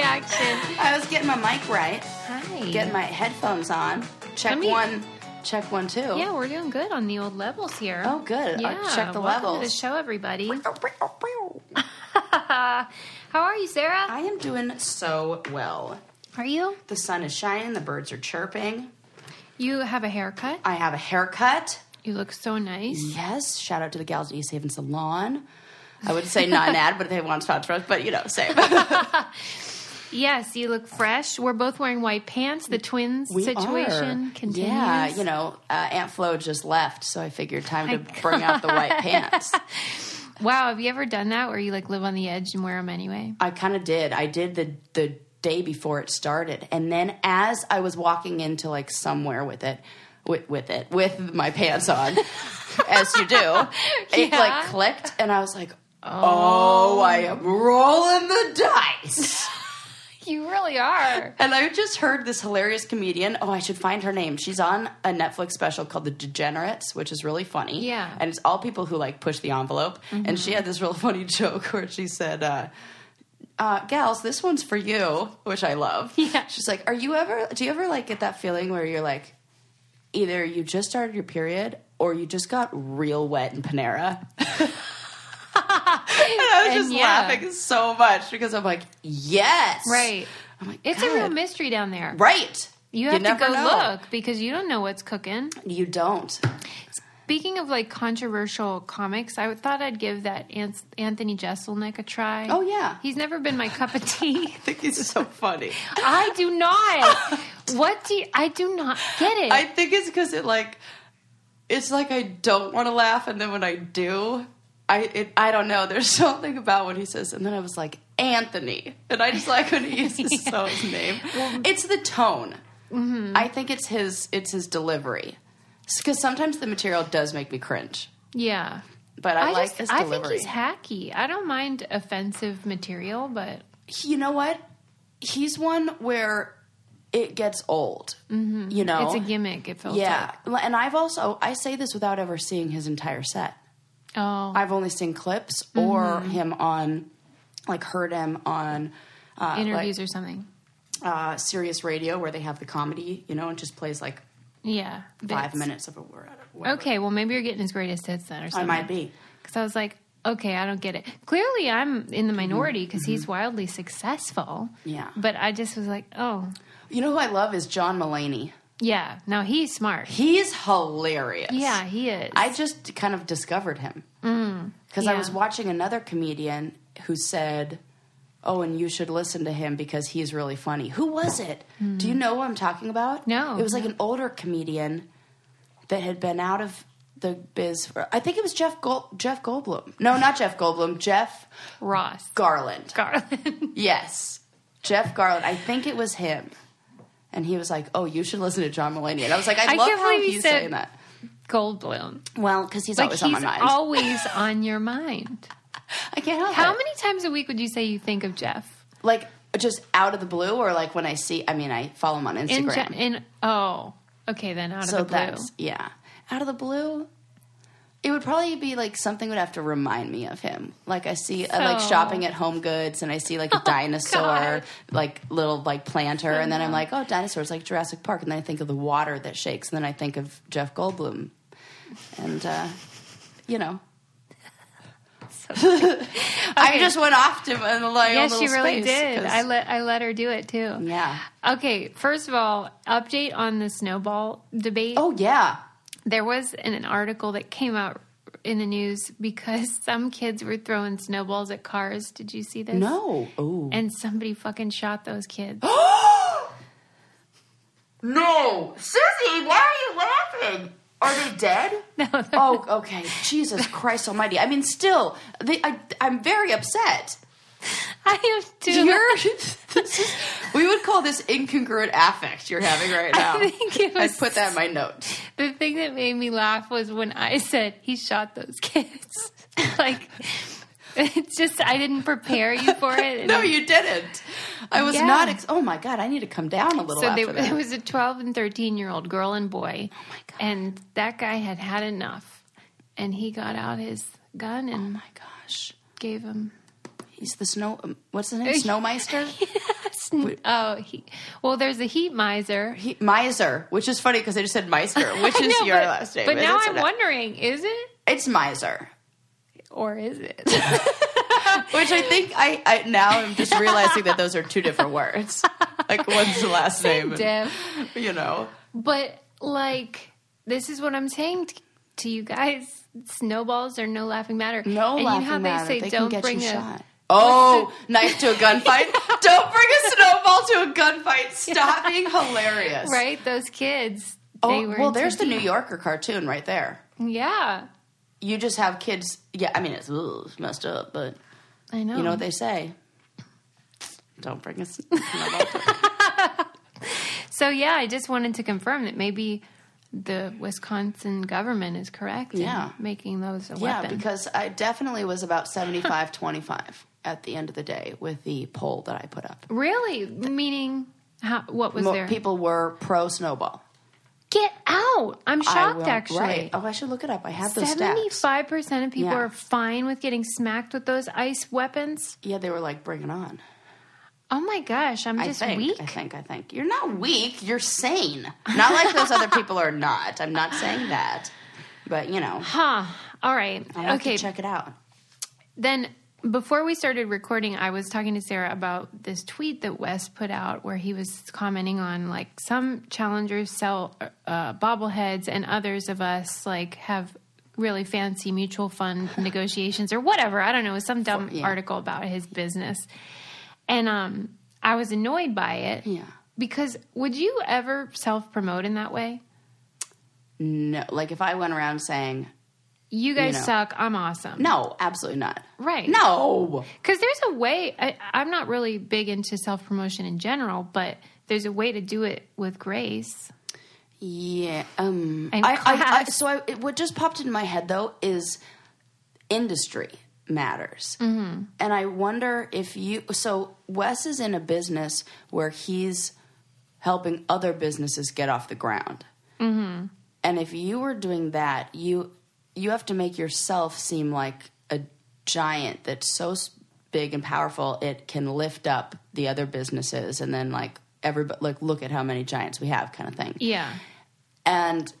I was getting my mic right, Hi. getting my headphones on. Check Let me- one, check one, two. yeah, we're doing good on the old levels here. Oh, good. Yeah. I checked the welcome levels. To the show, everybody. How are you, Sarah? I am doing so well. Are you? The sun is shining, the birds are chirping. You have a haircut. I have a haircut. You look so nice. Yes, shout out to the gals at East Haven Salon. I would say not an ad, but if they want to sponsor us, but you know, same. Yes, you look fresh. We're both wearing white pants. The twins We situation are. continues. Yeah, you know, uh, Aunt Flo just left, so I figured time to My bring out the white pants. Wow, have you ever done that where you like live on the edge and wear them anyway? I kind of did. I did the the day before it started, and then as I was walking into like somewhere with it, with, with it, with my pants on, as you do, it Yeah. like clicked, and I was like, "Oh, I am rolling the dice." You really are. And I just heard this hilarious comedian. Oh, I should find her name. She's on a Netflix special called The Degenerates, which is really funny. Yeah. Mm-hmm. And it's all people who like push the envelope. And she had this real funny joke where she said, uh, uh, gals, this one's for you, which I love. Yeah. She's like, Are you ever, do you ever like get that feeling where you're like, either you just started your period or you just got real wet in Panera? I was And just yeah. laughing so much because I'm like, Yes. Right. I'm like, It's a Oh "God." real mystery down there. Right. You have to never go know. look because you don't know what's cooking. You don't. Speaking of like controversial comics, I thought I'd give that An- Anthony Jeselnik a try. Oh, yeah. he's never been my cup of tea. I think he's so funny. I do not. what do you, I do not get it? I think it's because it like, it's like I don't want to laugh, and then when I do, I it, I don't know. There's something about what he says, and then I was like Anthony, and I just like when he uses so his name. it's the tone. Mm-hmm. I think it's his it's his delivery, because sometimes the material does make me cringe, yeah, but I, like his I delivery. think he's hacky. I don't mind offensive material, but you know what? He's one where it gets old. Mm-hmm. You know, it's a gimmick. It feels like. Yeah, Well, and I've also I say this without ever seeing his entire set. Oh, I've only seen clips or Mm-hmm. him on, like heard him on uh, interviews or something. like, uh, Sirius Radio where they have the comedy, you know, and just plays like Yeah, five bits. minutes of a word. whatever. Okay, well maybe you're getting his greatest hits then, or I something. might be. Because I was like, okay, I don't get it. Clearly, I'm in the minority because he's wildly successful. Mm-hmm. Yeah. But I just was like, oh, You know who I love is John Mulaney. yeah. Now he's smart. He's hilarious. Yeah, he is. I just kind of discovered him because I Mm. yeah. was watching another comedian who said, "Oh, and you should listen to him because he's really funny." Who was it? Do you know what I'm talking about? Hmm. No. it was like an older comedian that had been out of the biz for. I think it was Jeff Gold, Jeff Goldblum. No, not Jeff Goldblum. Jeff Ross Garland. Garland. Yes, Jeff Garland. I think it was him. And he was like, "Oh, you should listen to John Mulaney." And I was like, "I, I love can't how believe he he's said- saying that." Goldblum. Well, because he's Like always he's on my mind. always on your mind. I can't help it. How many times a week would you say you think of Jeff? like just out of the blue or like when I see I mean I follow him on In, Instagram. Je- in oh, okay then out so of the blue. that's yeah. Out of the blue it would probably be like something would have to remind me of him. Like I see I like So- Oh, shopping at Home Goods and I see like a dinosaur, God. like little like planter, and then I'm like, oh, dinosaurs like Jurassic Park, and then I think of the water that shakes, and then I think of Jeff Goldblum, and uh, you know, I Okay. just went off to my like yes, little she really space did. 'cause- I let I let her do it too. yeah. Okay, first of all, update on the snowball debate. Oh yeah. there was an, an article that came out in the news because some kids were throwing snowballs at cars. Did you see this? No. Oh. And somebody fucking shot those kids. no, Sissy, why are you laughing? Are they dead? oh, okay. Jesus Christ Almighty! I mean, still, they, I, I'm very upset. I am too. You're, this is, we would call this incongruent affect you're having right now. think it was- I'd put that in my notes. the thing that made me laugh was when I said he shot those kids. like, it's just I didn't prepare you for it. and No, I'm- you didn't. I was Yeah. not. Ex- oh my God! I need to come down a little. so after they, that. it was a 12 and 13 year old girl and boy. Oh my God. And that guy had had enough, and he got out his gun and oh my gosh. gave him He's the snow. um, What's his name? Snowmeister. Yes. n- oh, he, well, there's a heat miser. He, Miser, which is funny because I just said Meister, which I is know, your but- last name. But now It's I'm not- wondering, is it It's Miser, or is it? which I think I, I now I'm just realizing that those are two different words. Like one's the last name, and, Diff. you know. But like, this is what I'm saying t- to you guys: snowballs are no laughing matter. No, and you laughing know how they matter. say, They "Don't can get bring you a." shot. Oh, knife to a gunfight! Don't bring a snowball to a gunfight. Stop being hilarious. Right, those kids. Oh, well, into there's the New deep. Yorker cartoon right there. Yeah, You just have kids. Yeah, I mean it's, ugh, it's messed up, but I know. you know what they say. Don't bring a s- snowball. to- so yeah, I just wanted to confirm that maybe the Wisconsin government is correct. Yeah. in making those a yeah, weapon. because I definitely was about 75-25 at the end of the day with the poll that I put up. really, meaning how, what was Mo- there? people were pro snowball. Get out! I'm I shocked. will- actually, right. Oh, I should look it up. I have those stats. Seventy-five percent of people Yeah. are fine with getting smacked with those ice weapons. Yeah, they were like, bring it on. Oh my gosh, I'm just I think, weak. I think. I think. You're not weak. You're sane. Not like those other people are not. I'm not saying that. But you know, Huh. All right. I have Okay. to check it out. Then before we started recording, I was talking to Sarah about this tweet that Wes put out where he was commenting on like some challengers sell uh, bobbleheads and others of us like have really fancy mutual fund negotiations or whatever. I don't know. It was some dumb yeah. article about his business. And um I was annoyed by it. Yeah. Because would you ever self promote in that way? No, like if I went around saying, You guys know. suck. I'm awesome. no, absolutely not. Right. No. Because there's a way, I, I'm not really big into self promotion in general, but there's a way to do it with grace. Yeah. Um. And I, I, I. class. So I. it- What just popped into my head though is industry matters, Mm-hmm. and I wonder if you. So Wes is in a business where he's helping other businesses get off the ground. Mm-hmm. and if you were doing that you you have to make yourself seem like a giant that's so s- big and powerful it can lift up the other businesses and then like everybody like look at how many giants we have kind of thing Yeah. and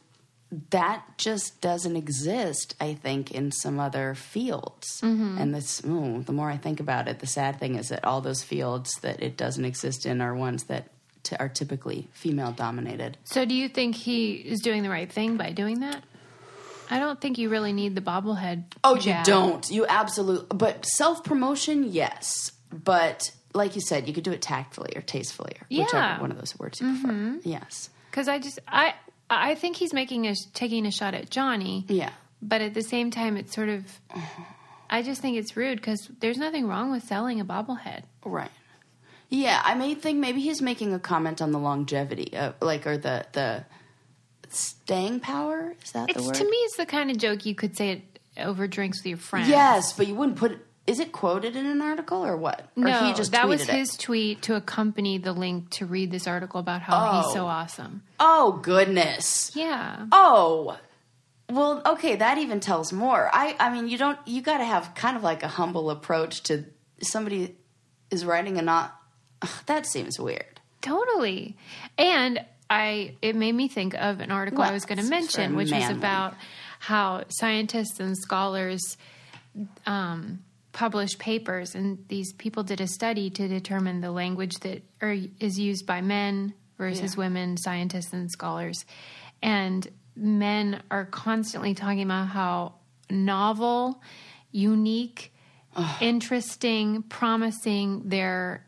that just doesn't exist i think in some other fields and this ooh, the more i think about it the sad thing is that all those fields that it doesn't exist in are ones that t- are typically female dominated So do you think he is doing the right thing by doing that? I don't think you really need the bobblehead. Oh, you jab. don't. You absolutely. But self promotion, yes. But like you said, you could do it tactfully or tastefully or Yeah. whichever one of those words you prefer. Yes. Because I just, I, I think he's making a, taking a shot at Johnny. Yeah. But at the same time, it's sort of, I just think it's rude because there's nothing wrong with selling a bobblehead. Right. Yeah. I may think maybe he's making a comment on the longevity, uh, like or the the staying power. Is that the It's word? to me, it's the kind of joke you could say it over drinks with your friends. yes, but you wouldn't put. Is it quoted in an article or what? Or No, he just that tweeted was it? his tweet to accompany the link to read this article about how he's Oh. so awesome. Oh goodness. Yeah. Oh. Well, okay, that even tells more. I I mean, you don't you got to have kind of like a humble approach to somebody is writing a not that seems weird. Totally. And I it made me think of an article I Well, was going to it's mention, for which was manly. about how scientists and scholars um, publish papers, and these people did a study to determine the language that are, is used by men versus Yeah. women scientists and scholars. And men are constantly talking about how novel, unique, interesting, promising their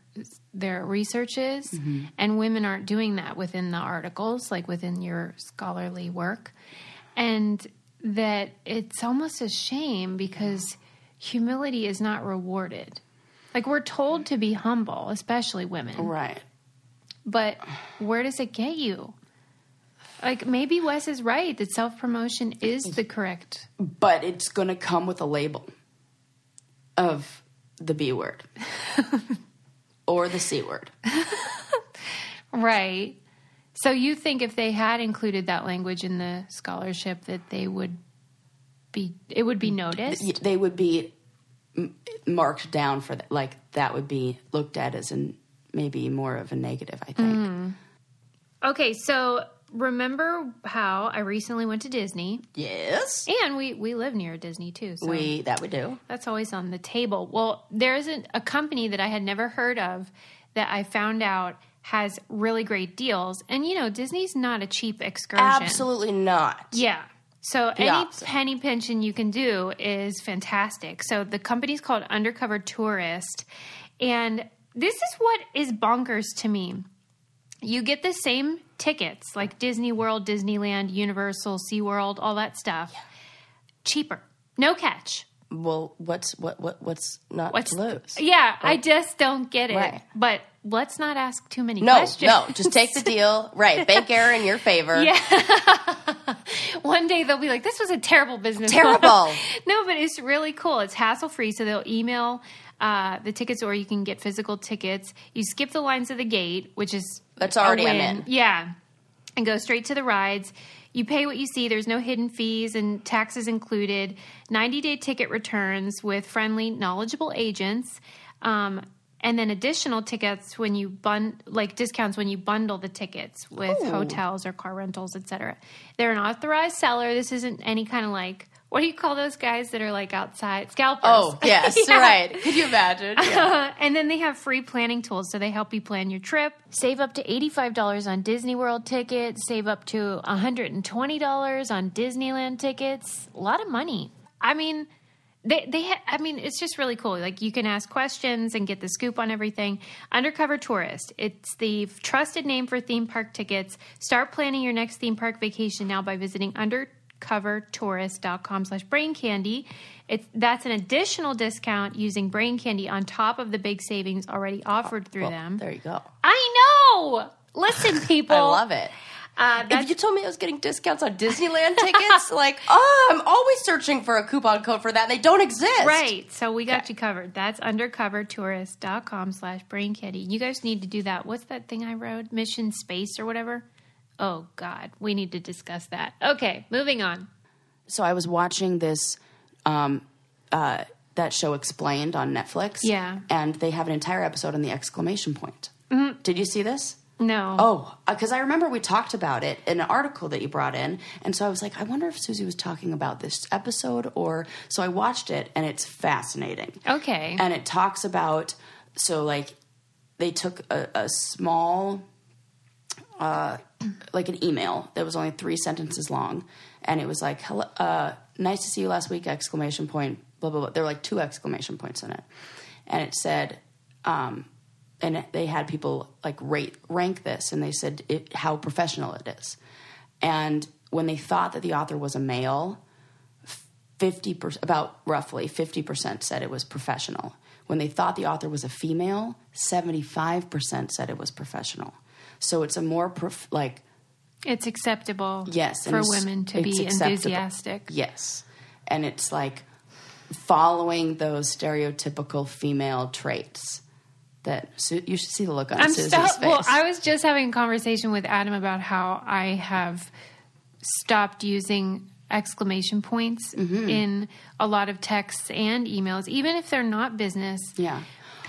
their research is, and women aren't doing that within the articles, like within your scholarly work, and that it's almost a shame because humility is not rewarded. Like we're told to be humble, especially women, Right. but where does it get you? Like maybe Wes is right that self promotion is the correct. But it's going to come with a label of the B word or the C word. Right. So you think if they had included that language in the scholarship that they would be it would be noticed? Y- They would be m- marked down for that like that would be looked at as an maybe more of a negative, I think. Mm. Okay, so remember how I recently went to Disney, Yes. and we we live near Disney too. So We that we do. That's always on the table. Well, there isn't a company that I had never heard of that I found out has really great deals. And you know, Disney's not a cheap excursion. Absolutely not. Yeah. So any opposite. penny pinching you can do is fantastic. So the company's called Undercover Tourist. And this is what is bonkers to me. You get the same tickets like Disney World, Disneyland, Universal, SeaWorld, all that stuff. Cheaper. No catch. Well, what's what what what's not What's to lose? Yeah, I just don't get it. Right. But let's not ask too many No, questions. no, just take the deal. Right. Bank error in your favor. Yeah. One day they'll be like, "This was a terrible business." Terrible. model." no, but it's really cool. It's hassle free, so they'll email uh, the tickets, or you can get physical tickets. You skip the lines at the gate, which is That's a already I'm win. in. Yeah, and go straight to the rides. You pay what you see. There's no hidden fees and taxes included. 90 day ticket returns with friendly, knowledgeable agents. Um, and then additional tickets when you bun like discounts when you bundle the tickets with hotels or car rentals, etc. They're an authorized seller. This isn't any kind of like what do you call those guys that are like outside scalpers? Oh, yes, Yeah. right. Could you imagine? Yeah. Uh, and then they have free planning tools, so they help you plan your trip. Save up to $85 on Disney World tickets, save up to $120 on Disneyland tickets. A lot of money. I mean, they, they ha- I mean, it's just really cool. Like, you can ask questions and get the scoop on everything. Undercover Tourist, it's the trusted name for theme park tickets. Start planning your next theme park vacation now by visiting under covertourist.com slash brain candy it's that's an additional discount using brain candy on top of the big savings already offered through them There you go. i know listen people I love it. uh, If that's, you told me I was getting discounts on Disneyland tickets, like, oh, I'm always searching for a coupon code for that. and They don't exist. right so we got you covered that's undercovertourist.com slash brain candy you guys need to do that what's that thing i wrote mission space or whatever oh god we need to discuss that okay moving on so I was watching this um uh that show explained on Netflix. Yeah. Mm-hmm. And they have an entire episode on the exclamation point. Did you see this? no Oh, because I remember we talked about it in an article that you brought in. And so I was like, I wonder if Susie was talking about this episode or. So I watched it and it's fascinating. okay And it talks about. So, like, they took a, a small uh, like an email that was only three sentences long, and it was like, "Hello, uh, nice to see you last week!" Exclamation point, blah blah blah. There were like two exclamation points in it, and it said, um, and it- they had people like rate rank this, and they said it, how professional it is, and when they thought that the author was a male, fifty percent, about roughly fifty percent said it was professional. When they thought the author was a female, seventy-five percent said it was professional. So it's a more prof- like it's acceptable Yes, and for it's- women to it's be acceptable. enthusiastic Yes. And it's like following those stereotypical female traits that Su- you should see the look on I'm Susie's stop- face. well. I was just having a conversation with Adam about how I have stopped using exclamation points Mm-hmm. in a lot of texts and emails, even if they're not business. yeah.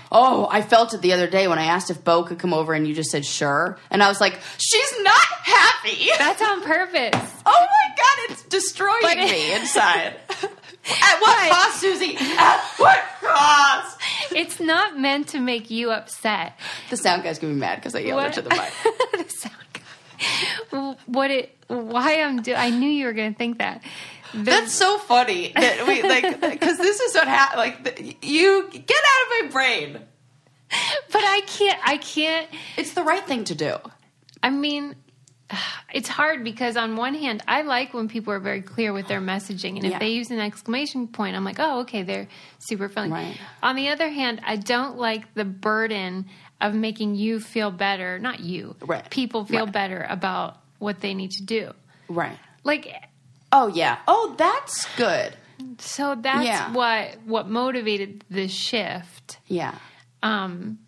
Oh, I felt it the other day when I asked if Bo could come over and you just said sure. And I was like, she's not happy. That's on purpose. oh my God, it's destroying But- me inside. At what cost, Susie? At what cost? It's not meant to make you upset. The sound guy's gonna be mad because I yelled What? into the mic. The sound guy. What it? Why I'm? Do- I knew you were going to think that. The- That's so funny that we like because this is what happened. Like th- you get out of my brain. but I can't. I can't. It's the right thing to do. I mean, it's hard because on one hand, I like when people are very clear with their messaging, and Yeah. if they use an exclamation point, I'm like, oh, okay, they're super friendly. Right. On the other hand, I don't like the burden of making you feel better, not you, Right. people feel Right. better about what they need to do. Right. Like, Oh yeah. Oh, that's good. so that's Yeah. what what motivated the shift. Yeah. Um,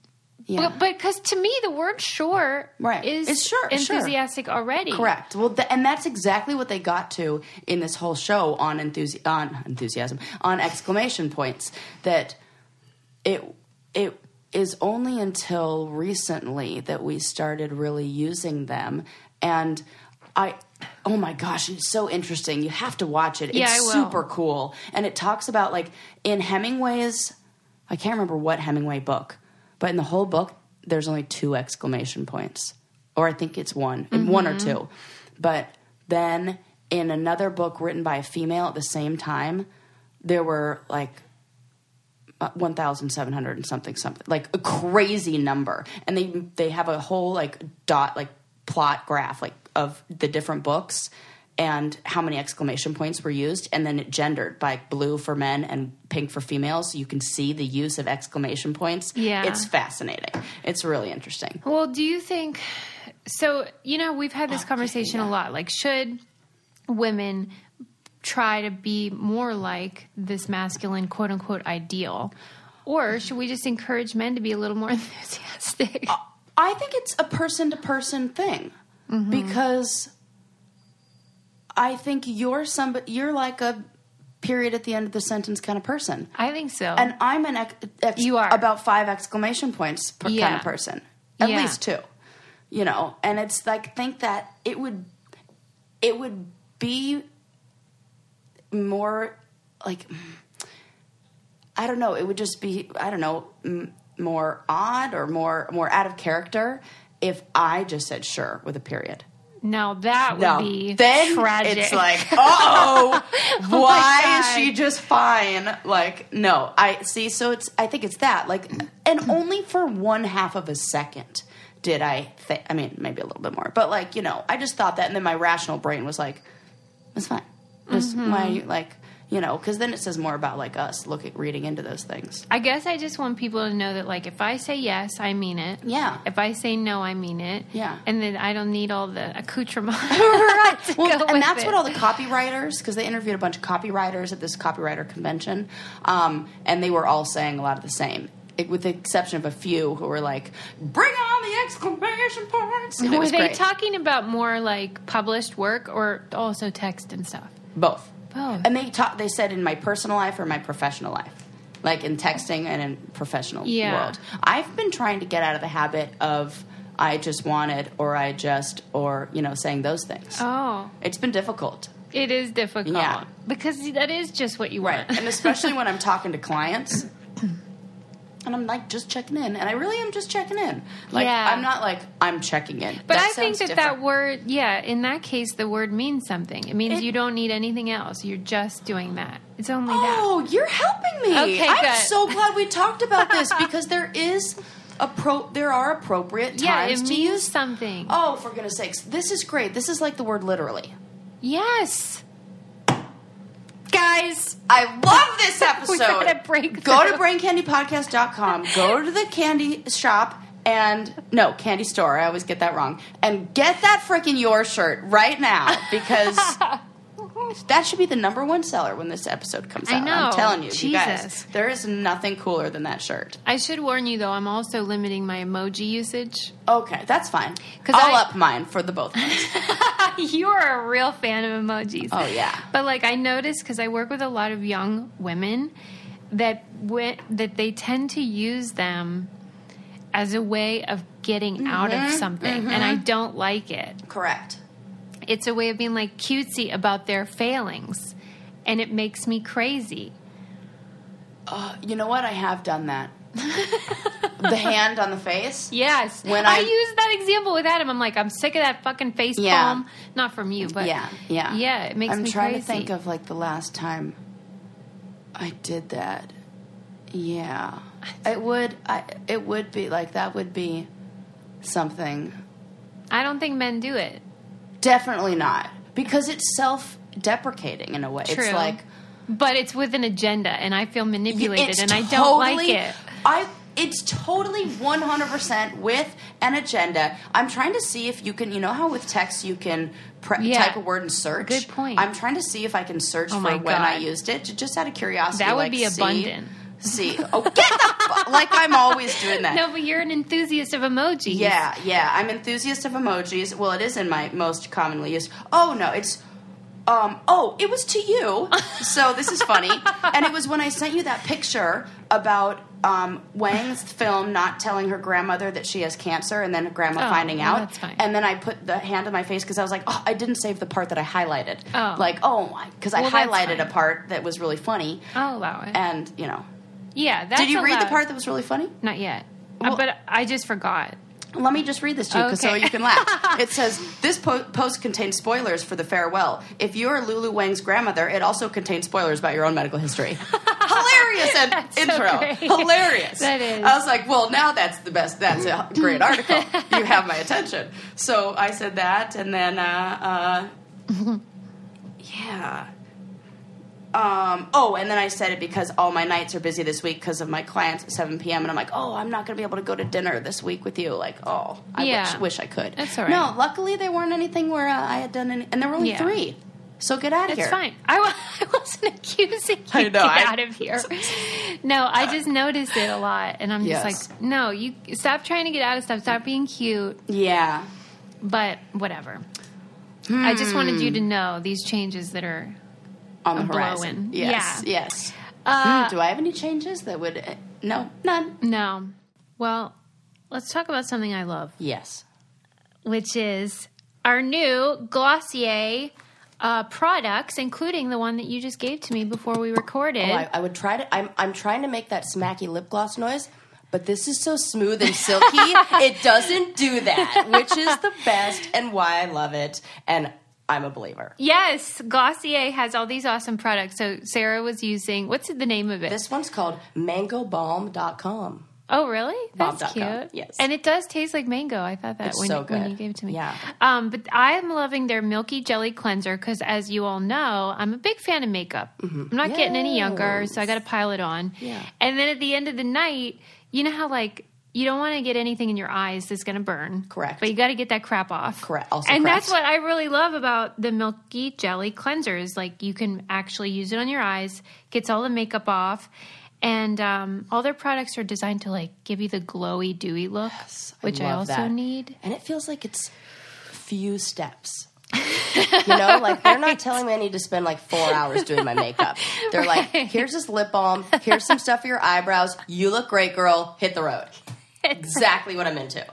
Yeah. But because to me, the word "sure" Right. is It's sure, sure. enthusiastic already. Correct. Well, th- and that's exactly what they got to in this whole show on enthusi- on enthusiasm on exclamation points that it it is only until recently that we started really using them. And I, oh my gosh, it's so interesting. You have to watch it. Yeah, it's I will. super cool. And it talks about, like, in Hemingway's, I can't remember what Hemingway book, but in the whole book, there's only two exclamation points. Or I think it's one, one or Mm-hmm. two. But then in another book written by a female at the same time, there were like uh, 1700 and something something like a crazy number and they they have a whole like dot like plot graph like of the different books and how many exclamation points were used and then it gendered by blue for men and pink for females so you can see the use of exclamation points Yeah. it's fascinating it's really interesting Well, do you think so? You know, we've had Oh, this conversation a lot. Like, should women try to be more like this masculine quote unquote ideal? Or should we just encourage men to be a little more enthusiastic? Uh, I think it's a person to person thing because I think you're somebody you're like a period at the end of the sentence kind of person. I think so. And I'm an ex- ex- You are. about five exclamation points per kind Yeah. of person, at Yeah. least two. You know, and it's like think that it would it would be more like I don't know. It would just be I don't know m- more odd or more more out of character if I just said sure with a period. now that would No, be then tragic. it's like oh, why is God. she just fine? Like no, I see. So it's I think it's that like, and only for one half of a second did I think. I mean, maybe a little bit more, but like you know, I just thought that, and then my rational brain was like, it's fine. Just Mm-hmm. why you like you know because then it says more about like us looking reading into those things. I guess I just want people to know that, like, if I say yes, I mean it. Yeah. If I say no, I mean it. Yeah. And then I don't need all the accoutrement. to Well, go with and that's it. what all the copywriters, because they interviewed a bunch of copywriters at this copywriter convention, um, and they were all saying a lot of the same, it, with the exception of a few who were like, "Bring on the exclamation points!" And it Were was they great. talking about more like published work or also text and stuff? Both. Both. And they ta- they said in my personal life or my professional life, like in texting and in professional Yeah. world. I've been trying to get out of the habit of I just wanted or I just or you know saying those things. Oh, It's been difficult. it is difficult Yeah. because that is just what you Right. want. And especially when I'm talking to clients. And I'm like just checking in, and I really am just checking in. Like Yeah. I'm not like I'm checking in. But That I think sounds that that different. word, yeah, in that case, the word means something. It means It- you don't need anything else. You're just doing that. It's only that. Oh, you're helping me. Okay, I'm good. so glad we talked about this because there is a pro. There are appropriate times Yeah, it to means use. something. oh, for goodness sakes, this is great. This is like the word literally. Yes. Guys, I love this episode. We gotta break Go to through. braincandypodcast.com. Go to the candy shop and no, candy store. I always get that wrong. And get that freaking your shirt right now because that should be the number one seller when this episode comes I out. know. I'm telling you, you guys, Jesus. there is nothing cooler than that shirt. I should warn you though, I'm also limiting my emoji usage. Okay, that's fine. 'Cause I'll I- up mine for the both of us. You're a real fan of emojis. Oh, yeah. But like I noticed because I work with a lot of young women that wi- that they tend to use them as a way of getting out of something, and I don't like it. Correct. It's a way of being like cutesy about their failings, and it makes me crazy. Uh, You know what? I have done that. the hand on the face. Yes, When I, I- use that example with Adam, I'm like, I'm sick of that fucking face Yeah. palm. Not from you, but yeah, yeah, yeah. It makes I'm me trying crazy. to think of like the last time I did that. Yeah, it would. I it would be like that would be something. I don't think men do it. Definitely not because it's self-deprecating in a way. True. It's like but it's with an agenda, and I feel manipulated, it's and I don't like totally- it. I it's totally 100% with an agenda. I'm trying to see if you can, you know how with text you can pre- Yeah. type a word and search. Good point. I'm trying to see if I can search Oh for my when I God. used it, j- just out of curiosity. That would like, be see- abundant. See, oh, get the fu- like I'm always doing that. No, but you're an enthusiast of emojis. Yeah, yeah. I'm enthusiast of emojis. Well, it is in my most commonly used. Oh no, it's Um, oh, it was to you. So this is funny. and it was when I sent you that picture about um, Wang's film not telling her grandmother that she has cancer and then her grandma Oh, finding out. well, that's fine. And then I put the hand on my face because I was like, oh, I didn't save the part that I highlighted. Oh. Like, oh, because I Well, that's highlighted a fine. part that was really funny. I'll allow it. And, you know. Oh, yeah, that's Uh, Did you read the allowed. part that was really funny? Not yet. Well- uh, but I just forgot. Let me just read this to you 'cause so Okay. you can laugh. it says this po- post contains spoilers for the farewell. If you are Lulu Wang's grandmother, it also contains spoilers about your own medical history. Hilarious and so intro. great. Hilarious. That is. I was like, well, now that's the best. That's a great article. you have my attention. So I said that, and then uh, uh, yeah. Um, oh, and then I said it because all my nights are busy this week because of my clients at 7 p.m. And I'm like, oh, I'm not going to be able to go to dinner this week with you. Like, oh, I Yeah. wish, wish I could. That's all No, right. luckily they weren't anything where uh, I had done any, and there were only Yeah. three. So get out of It's here. fine. I, wa- I wasn't accusing you. I know, Get I- out of here. No, I just noticed it a lot, and I'm Yes. just like, no, you stop trying to get out of stuff. Stop being cute. Yeah. But whatever. I just wanted Hmm. you to know these changes that are. On the A horizon. blow-in. Yes. Yes. Hmm, Uh, Do I have any changes that would. Uh, no, none. No. Well, let's talk about something I love, Yes. which is our new Glossier uh, products, including the one that you just gave to me before we recorded. Oh, I, I would try to. I'm, I'm trying to make that smacky lip gloss noise, but this is so smooth and silky. it doesn't do that, which is the best and why I love it. And I'm a believer. yes, Glossier has all these awesome products. So Sarah was using what's the name of it? This one's called mangobalm.com. oh, really? That's cute. Bomb.com, yes. and it does taste like mango. I thought that It's when, so when you good. gave it to me. Yeah. Um, but I'm loving their Milky Jelly Cleanser because, as you all know, I'm a big fan of makeup. I'm not getting any younger, so I got to pile it on. Mm-hmm. Yeah. And then at the end of the night, you know how, like, you don't want to get anything in your eyes that's going to burn. Correct. But you got to get that crap off. Correct. Also and correct. that's what I really love about the Milky Jelly Cleanser is, like, you can actually use it on your eyes, gets all the makeup off. And um, all their products are designed to like give you the glowy, dewy look, which I love also that. need. And it feels like it's few steps. you know, like they're not telling me I need to spend like four hours doing my makeup. They're like, here's this lip balm, here's some stuff for your eyebrows. You look great, girl. Hit the road. Exactly what I'm into.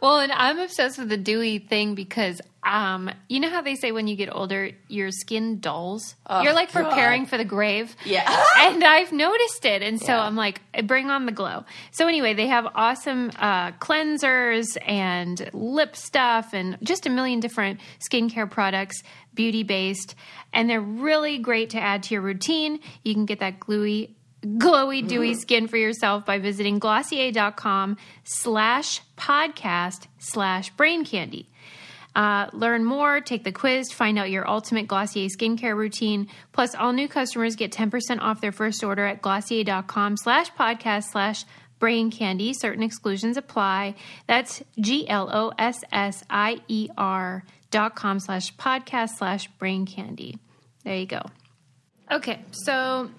Well, and I'm obsessed with the dewy thing because um, you know how they say when you get older, your skin dulls. You're like preparing for the grave. Yeah. and I've noticed it, and so Yeah. I'm like, bring on the glow. So anyway, they have awesome uh, cleansers and lip stuff, and just a million different skincare products, beauty based, and they're really great to add to your routine. You can get that gluey. Glowy, dewy Mm-hmm. skin for yourself by visiting glossier.com slash podcast slash brain candy. Uh, learn more, take the quiz, find out your ultimate Glossier skincare routine. Plus, all new customers get 10% off their first order at glossier.com slash podcast slash brain candy. Certain exclusions apply. That's G-L-O-S-S-I-E-R E dot com slash podcast slash brain candy. There you go. Okay, so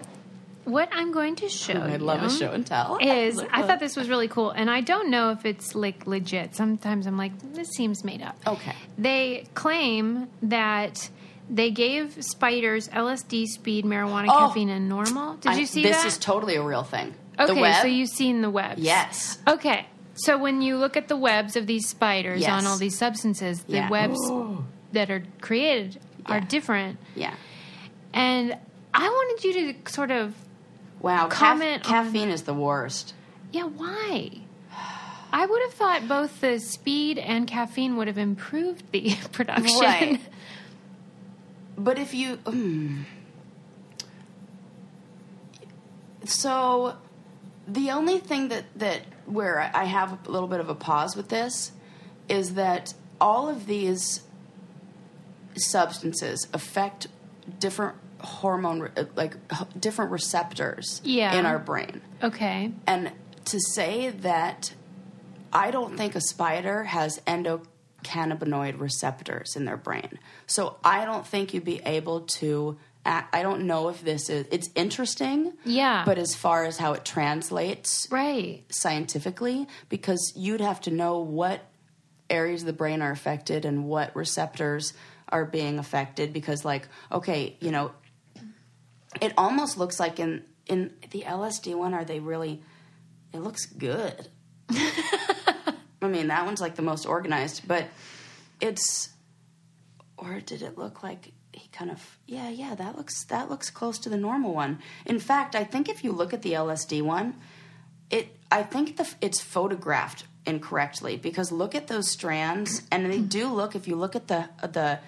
what I'm going to show I love you a show and tell. Oh, is I thought this was really cool, and I don't know if it's like legit. Sometimes I'm like, this seems made up. Okay. They claim that they gave spiders LSD, speed, marijuana, Oh. caffeine, and normal. Did I- you see this that? is totally a real thing. okay, the web. so you've seen the webs. Yes. Okay, so when you look at the webs of these spiders Yes. on all these substances, the Yeah. webs that are created are different, yeah. and I wanted you to sort of, Wow. caf- Comment on- caffeine is the worst. yeah, why? I would have thought both the speed and caffeine would have improved the production. Right. But if you. hmm. So, the only thing that, that where I have a little bit of a pause with this is that all of these substances affect different hormone, re- like h- different receptors Yeah. in our brain. Okay. And to say that I don't think a spider has endocannabinoid receptors in their brain. So I don't think you'd be able to I I don't know if this is it's interesting. Yeah. But as far as how it translates Right. scientifically because you'd have to know what areas of the brain are affected and what receptors are being affected because like okay you know it almost looks like in in the LSD one are they really it looks good I mean that one's like the most organized but it's or did it look like he kind of yeah yeah that looks that looks close to the normal one in fact I think if you look at the LSD one it I think the, it's photographed incorrectly because look at those strands and they do look if you look at the the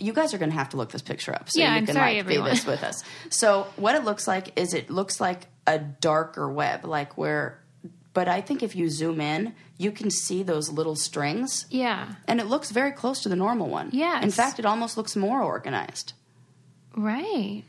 you guys are going to have to look this picture up so Yeah, you I'm can sorry, like everyone. do this with us. So what it looks like is it looks like a darker web like where but I think if you zoom in you can see those little strings Yeah. and it looks very close to the normal one. In Yes. fact it almost looks more organized. Right.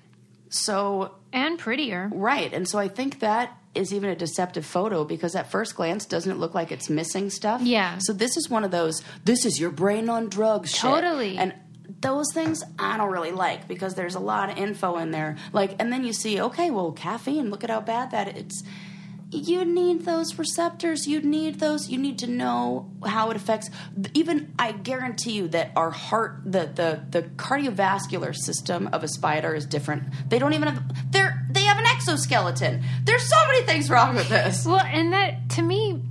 So And prettier. Right. And so I think that is even a deceptive photo because at first glance, doesn't it look like it's missing stuff? Yeah. So this is one of those, this is your brain on drugs shit. Totally. And those things I don't really like because there's a lot of info in there. Like, and then you see, okay, well, caffeine, look at how bad that it's. You need those receptors. You need those. You need to know how it affects. Even I guarantee you that our heart, the the the cardiovascular system of a spider is different. They don't even have. They're they have an exoskeleton. There's so many things wrong with this. Well, and that to me,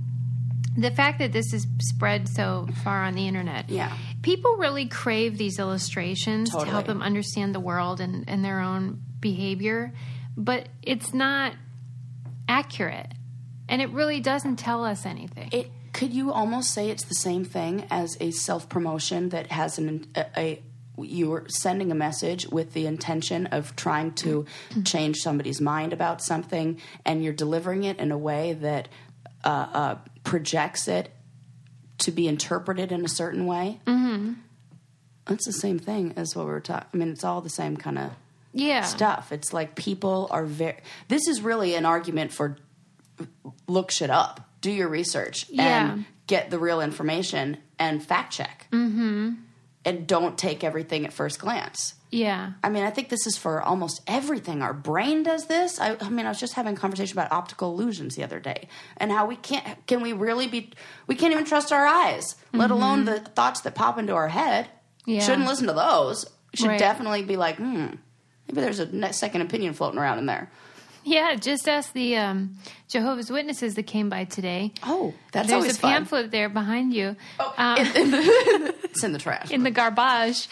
the fact that this is spread so far on the internet, Yeah. people really crave these illustrations to Totally. help them understand the world and, and their own behavior, but it's not accurate, and it really doesn't tell us anything. It could you almost say it's the same thing as a self promotion that has an a. a you're sending a message with the intention of trying to change somebody's mind about something, and you're delivering it in a way that uh, uh, projects it to be interpreted in a certain way. Mm-hmm. That's the same thing as what we were talking. I mean, it's all the same kind of yeah, stuff. It's like people are very. This is really an argument for look shit up, do your research, Yeah. and get the real information and fact check. Mm-hmm. And don't take everything at first glance. yeah, I mean, I think this is for almost everything. Our brain does this. I, I mean, I was just having a conversation about optical illusions the other day and how we can't, can we really be, we can't even trust our eyes, let alone the thoughts that pop into our head. Mm-hmm. Yeah. Shouldn't listen to those. Should Right. definitely be like, hmm, maybe there's a ne- second opinion floating around in there. yeah. Just ask the um, Jehovah's Witnesses that came by today. Oh, that's There's always a fun. Oh, pamphlet there behind you um, It's in the trash. in the garbage.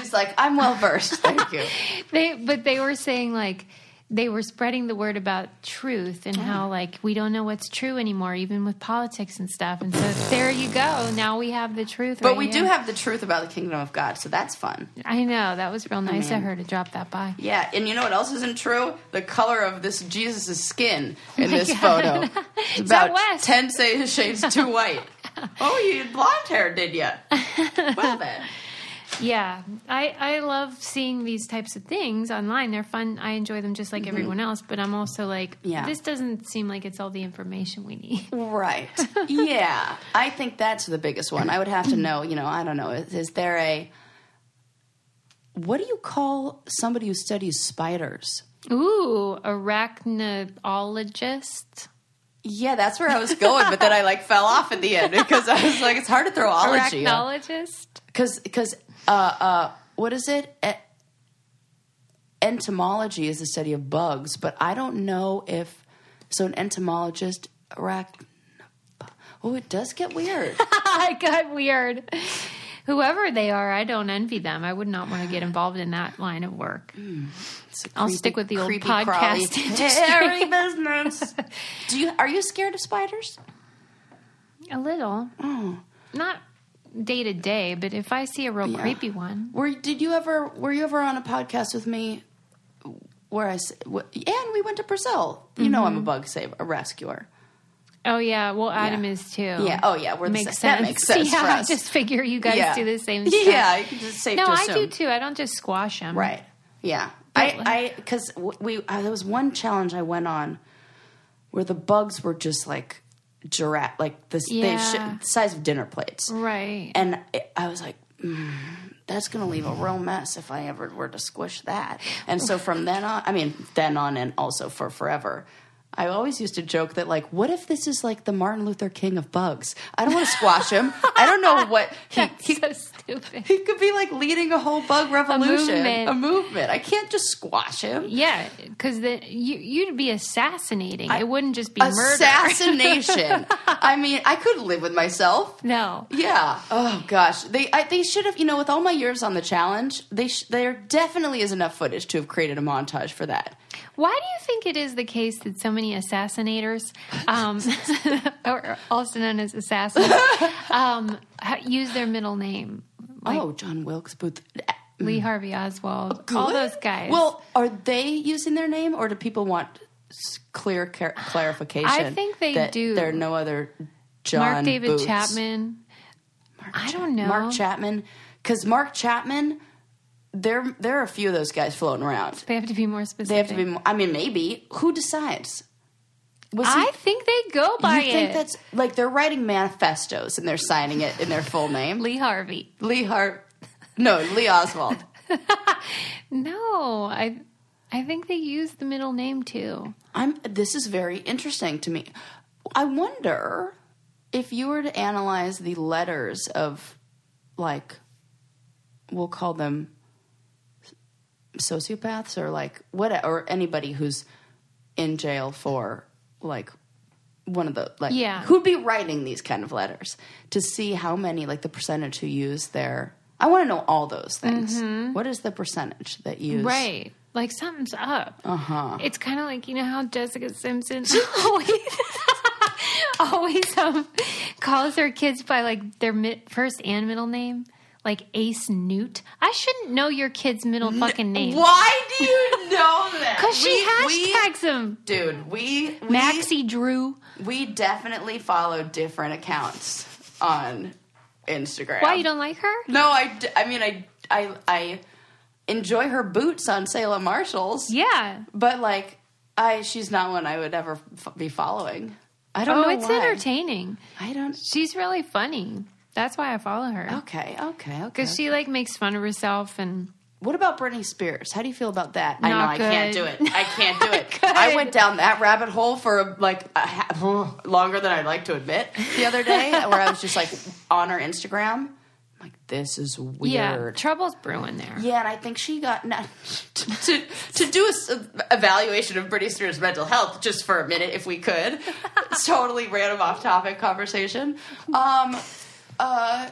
It's like, I'm well versed. Thank you. they but they were saying like they were spreading the word about truth and Oh. how like we don't know what's true anymore even with politics and stuff and so there you go now we have the truth But right we do here. have the truth about the kingdom of God, so that's fun. i know that was real nice of her to drop that by Yeah, and you know what else isn't true? The color of this Jesus' skin in Oh my this God. photo. It's It's out about west. 10 sa- shades too white. oh, you had blonde hair, did you? Well, then. yeah i i love seeing these types of things online they're fun i enjoy them just like everyone else but i'm also like Mm-hmm. Yeah. this doesn't seem like it's all the information we need Right. Yeah. I think that's the biggest one. I would have to know, you know, I don't know, is, is there a. What do you call somebody who studies spiders? ooh arachnologist Yeah, that's where I was going, but then I like fell off at the end because I was like, it's hard to throw ology. on. arachnologist because because uh, uh, what is it? E- entomology is the study of bugs, but I don't know if so. An entomologist, arach. Oh, it does get weird. I got weird. Whoever they are, I don't envy them. I would not want to get involved in that line of work. It's a I'll creepy- stick with the old creepy, podcast crawly, industry. Scary business. Do you are you scared of spiders? A little. Oh. Not day to day, but if I see a real creepy one. Were did you ever were you ever on a podcast with me? Where I s- w- and we went to Brazil. You know I'm Mm-hmm. a bug saver, a rescuer. Oh, yeah. Well, Adam is too. Yeah. Oh, yeah. We're the makes sense. same. That makes sense Yeah, for I us. just figure you guys do the same stuff. Yeah, I can just safe No, to I assume. do too. I don't just squash them. Right. Yeah. I I because we I, there was one challenge I went on where the bugs were just like giraffe, like this they Yeah. sh- the size of dinner plates, Right. and I I was like. Mm, that's gonna leave a real mess if I ever were to squish that. And so from then on, I mean, then on, and also for forever, I always used to joke that, like, what if this is like the Martin Luther King of bugs? I don't want to squash him. I don't know what he, That's he, so stupid. he could be like leading a whole bug revolution, movement. a movement. I can't just squash him. Yeah, because then you you'd be assassinating. it wouldn't just be murder. Assassination. I mean, I could live with myself. No, Yeah. Oh gosh. They I, they should have. You know, with all my years on the challenge, they sh- there definitely is enough footage to have created a montage for that. Why do you think it is the case that so many assassinators, um, or also known as assassins, um, ha- use their middle name? Like oh, John Wilkes Booth. Lee Harvey Oswald, all Mm. Oh, Good. those guys. Well, are they using their name, or do people want s- clear car- clarification? I think they that do. There are no other John Mark David Booths? Chapman. I don't know. Mark Chapman, because Mark Chapman, there there are a few of those guys floating around. They have to be more specific. They have to be. mo- I mean, maybe who decides? Was he- I think they go by you think it. that's like they're writing manifestos and they're signing it in their full name? Lee Harvey. Lee Hart. No, Lee Oswald. No, I I think they use the middle name too. I'm this is very interesting to me. I wonder if you were to analyze the letters of like we'll call them sociopaths or like what or anybody who's in jail for like one of the like Yeah. who'd be writing these kind of letters to see how many like the percentage who use their I want to know all those things. What is the percentage that use Mm-hmm. Right. Like something's up. Uh-huh. Uh huh. It's kind of like you know how Jessica Simpson always always um, calls her kids by like their mi- first and middle name, like Ace Newt. I shouldn't know your kid's middle fucking name Why do you know that? because she we- hashtags them. dude we we, Maxie Drew. we definitely follow different accounts on instagram Why you don't like her? no i d- I mean i i i enjoy her boots on sale at marshall's Yeah. but like i she's not one i would ever f- be following i don't Oh, know it's why. entertaining. i don't She's really funny. That's why I follow her okay okay okay because she like makes fun of herself and what about britney spears how do you feel about that i know Not i can't do good. it i can't do it Not i good. went down that rabbit hole for a, like a ha- longer than i'd like to admit the other day where i was just like on her instagram I'm like this is weird yeah, trouble's brewing there. Yeah, and I think she got no, to, to to do a s- evaluation of Britney Spears' mental health just for a minute, if we could. It's totally random, off topic conversation. Um, uh,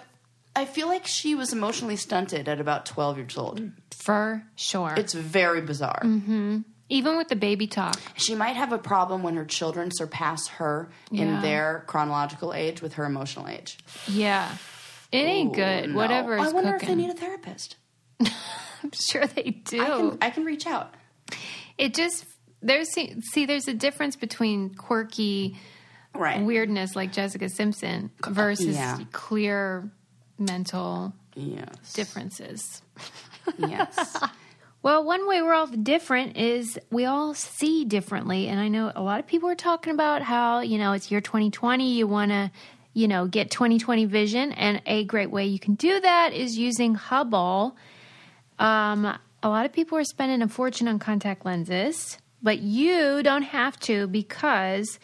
I feel like she was emotionally stunted at about twelve years old. For sure. It's very bizarre. Mm-hmm. Even with the baby talk. She might have a problem when her children surpass her Yeah. in their chronological age with her emotional age. Yeah. It ain't good. No. Whatever I is wonder cooking. if they need a therapist. I'm sure they do. I can, I can reach out. it just there's see, see there's a difference between quirky Right. weirdness like Jessica Simpson versus yeah. clear mental yes. differences. yes. Well, one way we're all different is we all see differently. And I know a lot of people are talking about how, you know, it's year 2020, you want to, you know, get 2020 vision. And a great way you can do that is using Hubble. Um, a lot of people are spending a fortune on contact lenses, but you don't have to because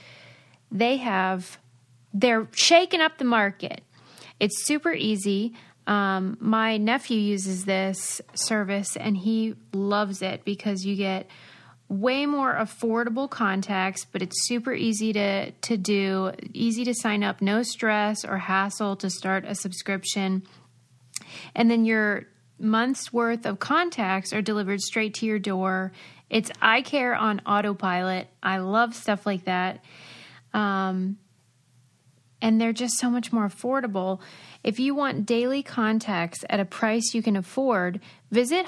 they have they're shaking up the market. It's super easy. Um, my nephew uses this service and he loves it because you get way more affordable contacts, but it's super easy to to do, easy to sign up, no stress or hassle to start a subscription and then your month's worth of contacts are delivered straight to your door. It's eye care on autopilot. I love stuff like that. Um, and they're just so much more affordable. If you want daily contacts at a price you can afford, visit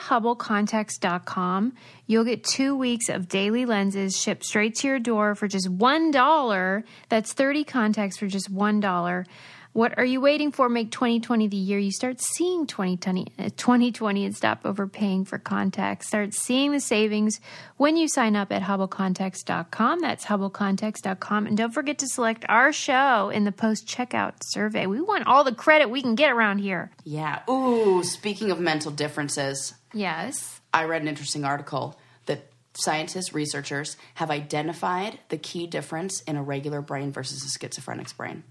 hubblecontacts.com. You'll get two weeks of daily lenses shipped straight to your door for just $1. That's 30 contacts for just $1. What are you waiting for? Make 2020 the year you start seeing 2020, uh, 2020 and stop overpaying for contacts. Start seeing the savings when you sign up at hubblecontacts.com. That's hubblecontacts.com. And don't forget to select our show in the post checkout survey. We want all the credit we can get around here. Yeah. Ooh, speaking of mental differences, Yes. I read an interesting article that scientists, researchers have identified the key difference in a regular brain versus a schizophrenic's brain.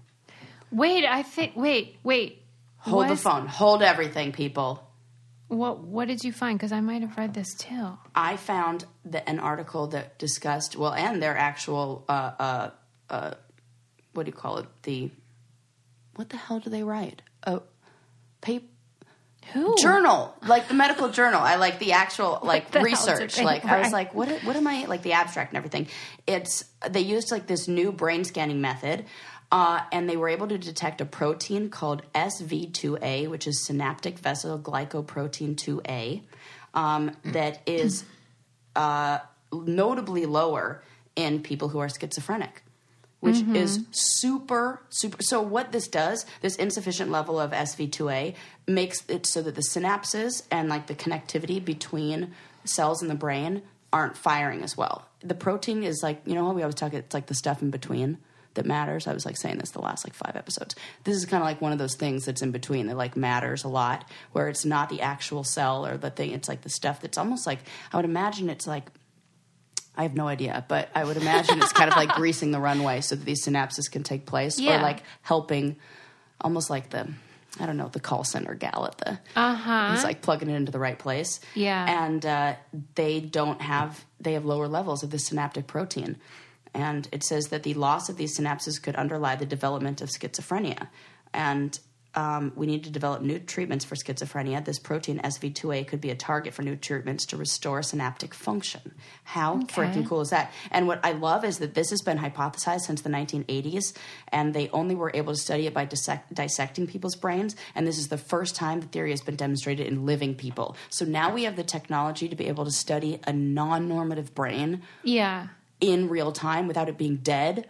Wait, I think. Wait, wait. Hold the Was- phone. Hold everything, people. What What did you find? Because I might have read this too. I found the, an article that discussed well, and their actual uh, uh, uh, what do you call it? The what the hell do they write? A paper Who? journal, like the medical journal. I like the actual like the hell did research. they Like I was write? like, what? What am I like the abstract and everything? It's they used like this new brain scanning method. Uh, and they were able to detect a protein called SV2A, which is synaptic vessel glycoprotein 2A, um, that Mm. is notably lower in people who are schizophrenic, which is super, super. So, what this does, this insufficient level of SV2A makes it so that the synapses and like the connectivity between cells in the brain aren't firing as well. The protein is like, you know how we always talk, it's like the stuff in between that matters. I was like saying this the last like five episodes. This is kind of like one of those things that's in between that like matters a lot, where it's not the actual cell or the thing, it's like the stuff that's almost like, I would imagine it's like, I have no idea, but I would imagine it's kind of like greasing the runway so that these synapses can take place or Yeah. like helping almost like the I don't know, the call center gal at the Uh-huh. He's like plugging it into the right place. Yeah. And uh, they don't have they have lower levels of the synaptic protein. And it says that the loss of these synapses could underlie the development of schizophrenia. And um, we need to develop new treatments for schizophrenia. This protein SV2A could be a target for new treatments to restore synaptic function. How freaking cool is that? And what I love is that this has been hypothesized since the 1980s, and they only were able to study it by dissect- dissecting people's brains. And this is the first time the theory has been demonstrated in living people. So now we have the technology to be able to study a non normative brain Yeah. in real time without it being dead.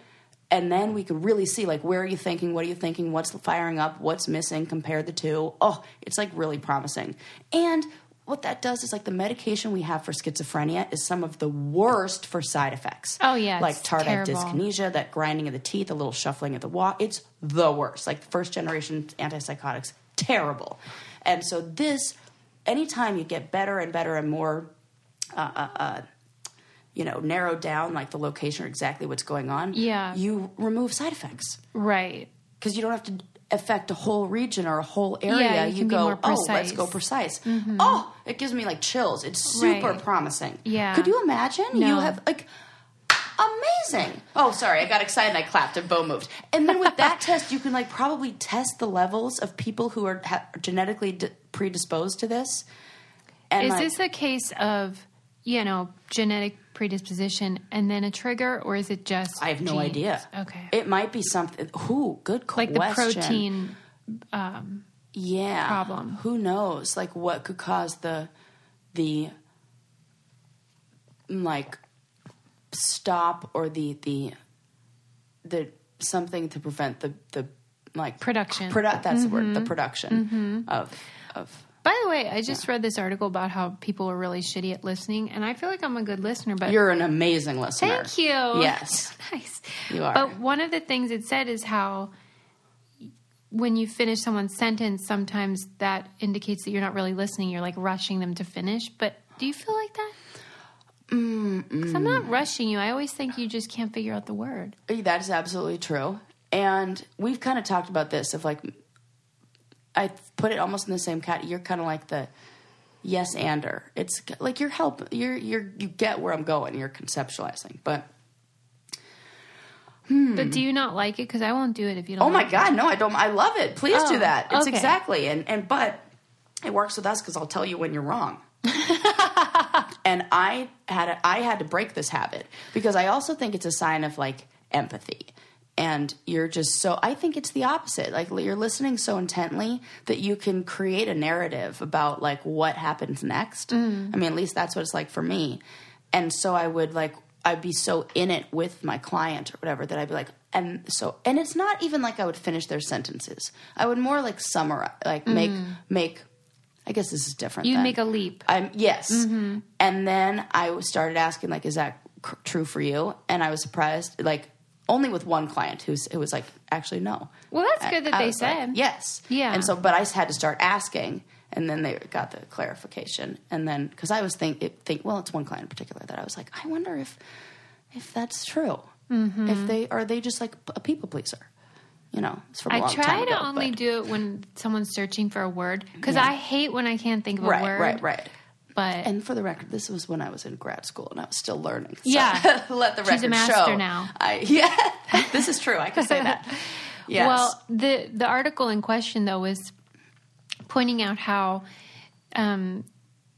And then we could really see like where are you thinking, what are you thinking, what's firing up, what's missing, compare the two. Oh, it's like really promising. And what that does is like the medication we have for schizophrenia is some of the worst for side effects. Oh, yeah, Like it's tardive terrible. dyskinesia, that grinding of the teeth, a little shuffling of the walk. It's the worst. Like first generation antipsychotics, terrible. And so this anytime you get better and better and more you know, narrow down like the location or exactly what's going on, Yeah. you remove side effects Right. because you don't have to affect a whole region or a whole area. Yeah, you you can be go, more oh, let's precise." Mm-hmm. go precise. Oh, it gives me like chills. It's super Right. promising. Yeah. Could you imagine? You No. have like amazing. Oh, sorry, I got excited. and I clapped and Bo moved. And then with that test, you can like probably test the levels of people who are ha- genetically d- predisposed to this. And Is like, this a case of, you know, genetic predisposition and then a trigger, or is it just? I have no genes? idea. Okay. It might be something. Who? Good question. like the protein. yeah. problem. Who knows? Like what could cause the the mm, like stop or the the the something to prevent the the like Production. Mm-hmm. Produ- that's the word. The production of of By the way, I just read this article about how people are really shitty at listening, and I feel like I'm a good listener, but you're an amazing listener. Thank you. Yes. nice. You are. But one of the things it said is how when you finish someone's sentence, sometimes that indicates that you're not really listening. You're like rushing them to finish. But do you feel like that? Mm, 'Cause I'm not rushing you. I always think you just can't figure out the word. That is absolutely true. And we've kind of talked about this of like, I put it almost in the same cat. You're kind of like the yes ander. It's c- like you're help. You're you're you get where I'm going. You're conceptualizing, but But do you not like it? Because I won't do it if you don't. Hmm. oh my like god, no, I don't. I love it. Please do Oh, that. It's okay. exactly and and but it works with us because I'll tell you when you're wrong. and I had a, I had to break this habit because I also think it's a sign of like empathy. And you're just so I think it's the opposite. Like you're listening so intently that you can create a narrative about like what happens next. Mm-hmm. I mean, at least that's what it's like for me. And so I would like I'd be so in it with my client or whatever that I'd be like and so and it's not even like I would finish their sentences. I would more like summarize like make make I guess this is different. You then. Mm. make a leap. I'm Um, yes. Mm-hmm. And then I started asking like, is that cr- true for you? And I was surprised, like only with one client who's who was like, actually no. Well, that's I- good that I they was like, said. yes. Yeah. And so, but I had to start asking. And then they got the clarification. And then, because I was think, it, think, well, it's one client in particular that I was like, I wonder if, if that's true. Mm-hmm. If they are they just like a people pleaser, you know? It's from a I long try time to ago, only but- do it when someone's searching for a word because I hate when I can't think of a right, word. right, right. But And for the record, this was when I was in grad school and I was still learning. So Yeah. let the record She's a master show. now. I yeah, this is true. I can say that. Yes. Well, the the article in question though was pointing out how, um,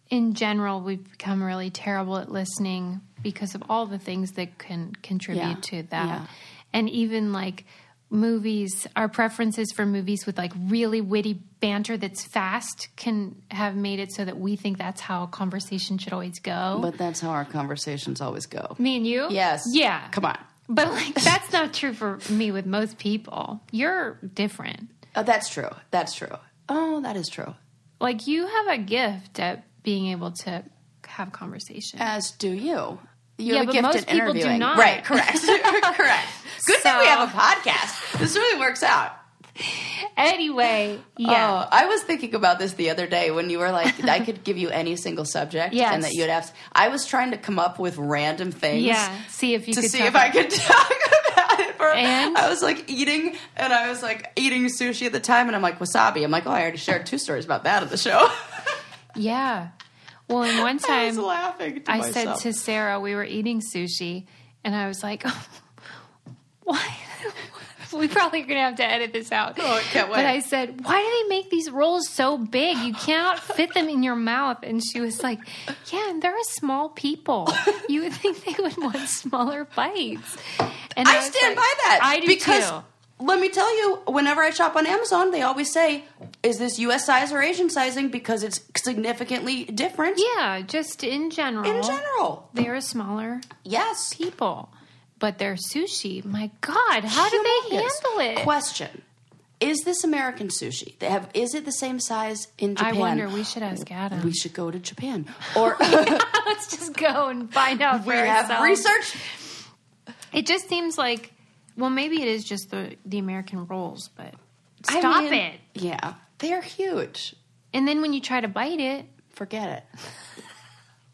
in general, we've become really terrible at listening because of all the things that can contribute Yeah. to that, Yeah. and even like movies, our preferences for movies with like really witty banter that's fast can have made it so that we think that's how a conversation should always go. but that's how our conversations always go. Me and you? Yes. Yeah. Come on. But like that's not true for me with most people. You're different. Oh, that's true. That's true. Oh, that is true. Like you have a gift at being able to have conversation. As do you. You Yeah, have a but gift most at people do interviewing. not. Right, correct. correct. Good thing we So- have a podcast. This really works out. anyway, yeah. Oh, I was thinking about this the other day when you were like, I could give you any single subject Yes. and that you'd ask. I was trying to come up with random things yeah. See if you to could see talk if I could talk about it. For, And? I was like eating, and I was like eating sushi at the time, and I'm like, wasabi. I'm like, oh, I already shared two stories about that at the show. Yeah. Well, and one I was time laughing to I myself. said to Sarah, we were eating sushi, and I was like, why? we probably are going to have to edit this out. Oh, I can't But wait. I said, why do they make these rolls so big? You cannot fit them in your mouth. And she was like, yeah, and they're a small people. You would think they would want smaller bites. And I was stand like, by that. I do because too. Let me tell you, whenever I shop on Amazon, they always say, "Is this U.S. size or Asian sizing?" Because it's significantly different Yeah, just in general. in general. They're a smaller Yes, people. But their sushi, my God, how do they Humongous. handle it? Question: Is this American sushi? They have. Is it the same size in I Japan? wonder. We should ask Adam. We should go to Japan, or Let's just go and find out for we have ourselves. research. It just seems like, well, maybe it is just the the American rolls, but I stop mean, it. Yeah, they are huge. And then when you try to bite it, Forget it.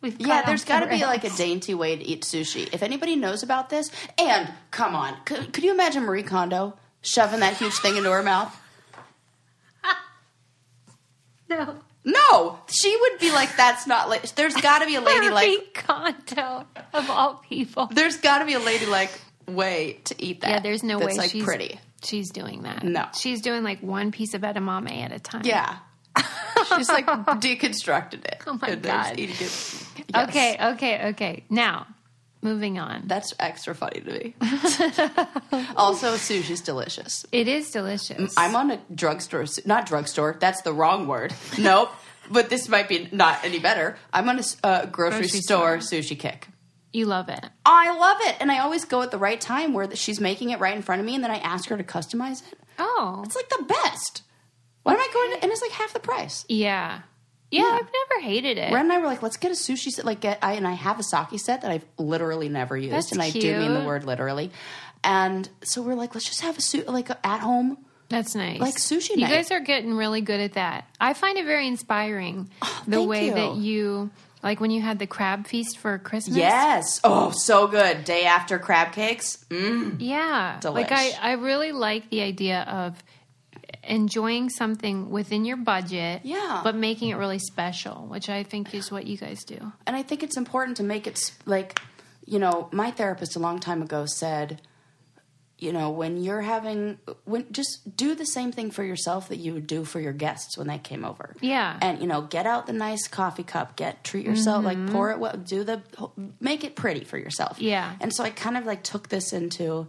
we've Yeah, there's got to be like a dainty way to eat sushi. If anybody knows about this, and come on, could, could you imagine Marie Kondo shoving that huge thing into her mouth? no No, she would be like, "That's not like." There's got to be a lady like. Marie Kondo of all people. There's got to be a lady like way to eat that. yeah, there's no that's way like she's pretty. She's doing that. No. she's doing like one piece of edamame at a time. Yeah, she's like deconstructed it. Oh my and then she's God. eating it. Yes. Okay. Okay. Okay. Now, moving on. that's extra funny to me. also, sushi's delicious. It is delicious. I'm on a drugstore, su- not drugstore. That's the wrong word. Nope. but this might be not any better. I'm on a s- uh, grocery, Grocery store, sushi kick. you love it. I love it, and I always go at the right time where th- she's making it right in front of me, and then I ask her to customize it. Oh, It's like the best. Why am I going? To, and it's like half the price. yeah. Yeah, I've never hated it. Ren and I were like, let's get a sushi set. Like, get I and I have a sake set that I've literally never used, That's and I do mean the cute. word literally. And so we're like, let's just have a suit like a at home. That's nice. Like sushi You night. guys are getting really good at that. I find it very inspiring the Oh, thank way you. that you like when you had the crab feast for Christmas. Yes. Oh, so good. Day after crab cakes. Yeah. Like I, Delish. I really like the idea of enjoying something within your budget. Yeah. But making it really special, which I think is what you guys do. and I think it's important to make it s- like, you know, my therapist a long time ago said, you know, when you're having, when just do the same thing for yourself that you would do for your guests when they came over. Yeah. and you know, get out the nice coffee cup, get treat yourself, like pour it well, do the make it pretty for yourself. Mm-hmm. Yeah. and so I kind of like took this into.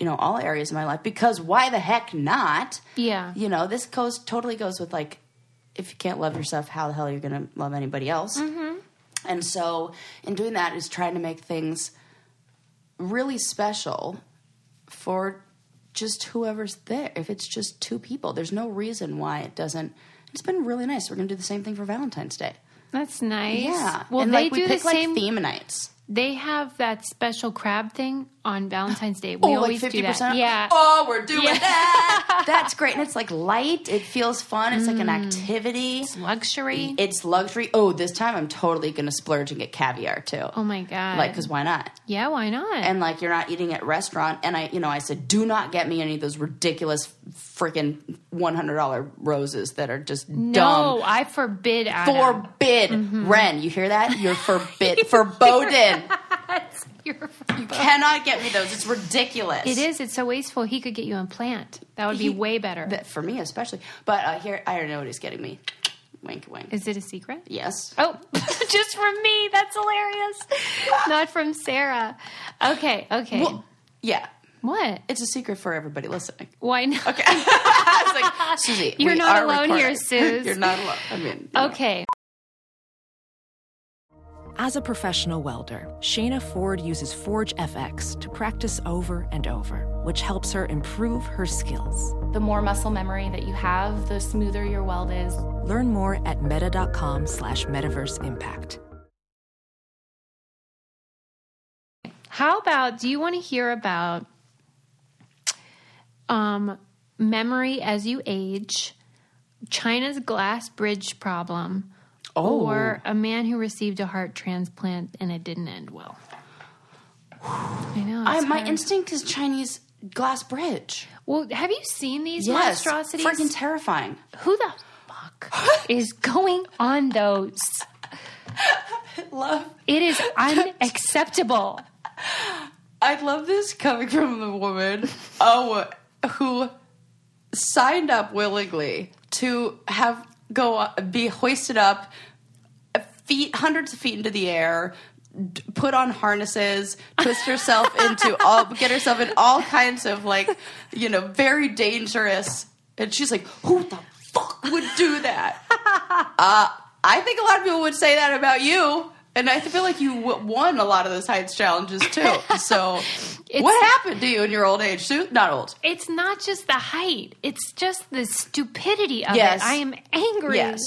You know all areas of my life because why the heck not? Yeah. you know this goes totally goes with like if you can't love yourself, how the hell are you going to love anybody else? Mm-hmm. And so, in doing that, is trying to make things really special for just whoever's there. If it's just two people, there's no reason why it doesn't. It's been really nice. We're going to do the same thing for Valentine's Day. That's nice. Yeah. Well and they like, we do pick the same like theme nights. they have that special crab thing on Valentine's Day. We Oh, like always do fifty that. percent. Yeah. Oh, we're doing Yeah. that. That's great, and it's like light. It feels fun. It's like an Mm. activity. Luxury. It's luxury. Oh, this time I'm totally gonna splurge and get caviar too. oh my god. Like, cause why not? yeah, why not? and like you're not eating at restaurant and i you know i said do not get me any of those ridiculous freaking $100 roses that are just no, Mm-hmm. dumb I forbid Adam. forbid ren you hear that you're forbid forbidden You're- cannot get me those it's ridiculous it is. It's so wasteful. He could get you a plant. That would He- be way better. That- for me especially but uh, here i already know what he's getting me wink wink Is it a secret? yes Oh, just from me. That's hilarious. Not from Sarah. Okay, okay. well, yeah what? it's a secret for everybody listening Why not? Okay. I was like, Susie, You're we not are alone here, recording. Suze. You're not alone. I mean, you know. okay. As a professional welder, Shayna Ford uses Forge FX to practice over and over, which helps her improve her skills. The more muscle memory that you have, the smoother your weld is. Learn more at meta.com slash metaverse impact. How about do you want to hear about um, memory as you age, China's glass bridge problem, Oh. or a man who received a heart transplant and it didn't end well? I know. I, it's my hard. instinct is Chinese glass bridge. well, have you seen these Yes, monstrosities? freaking terrifying. Who the fuck is going on those? Love. It is unacceptable. I love this coming from the woman oh, who signed up willingly to have go be hoisted up feet hundreds of feet into the air d- put on harnesses twist herself into all get herself in all kinds of like you know very dangerous and she's like who the fuck would do that Uh, I think a lot of people would say that about you. And I feel like you w- won a lot of those heights challenges too. So, what happened to you in your old age, Sue? Not old. It's not just the height, it's just the stupidity of Yes. it. I am angry Yes.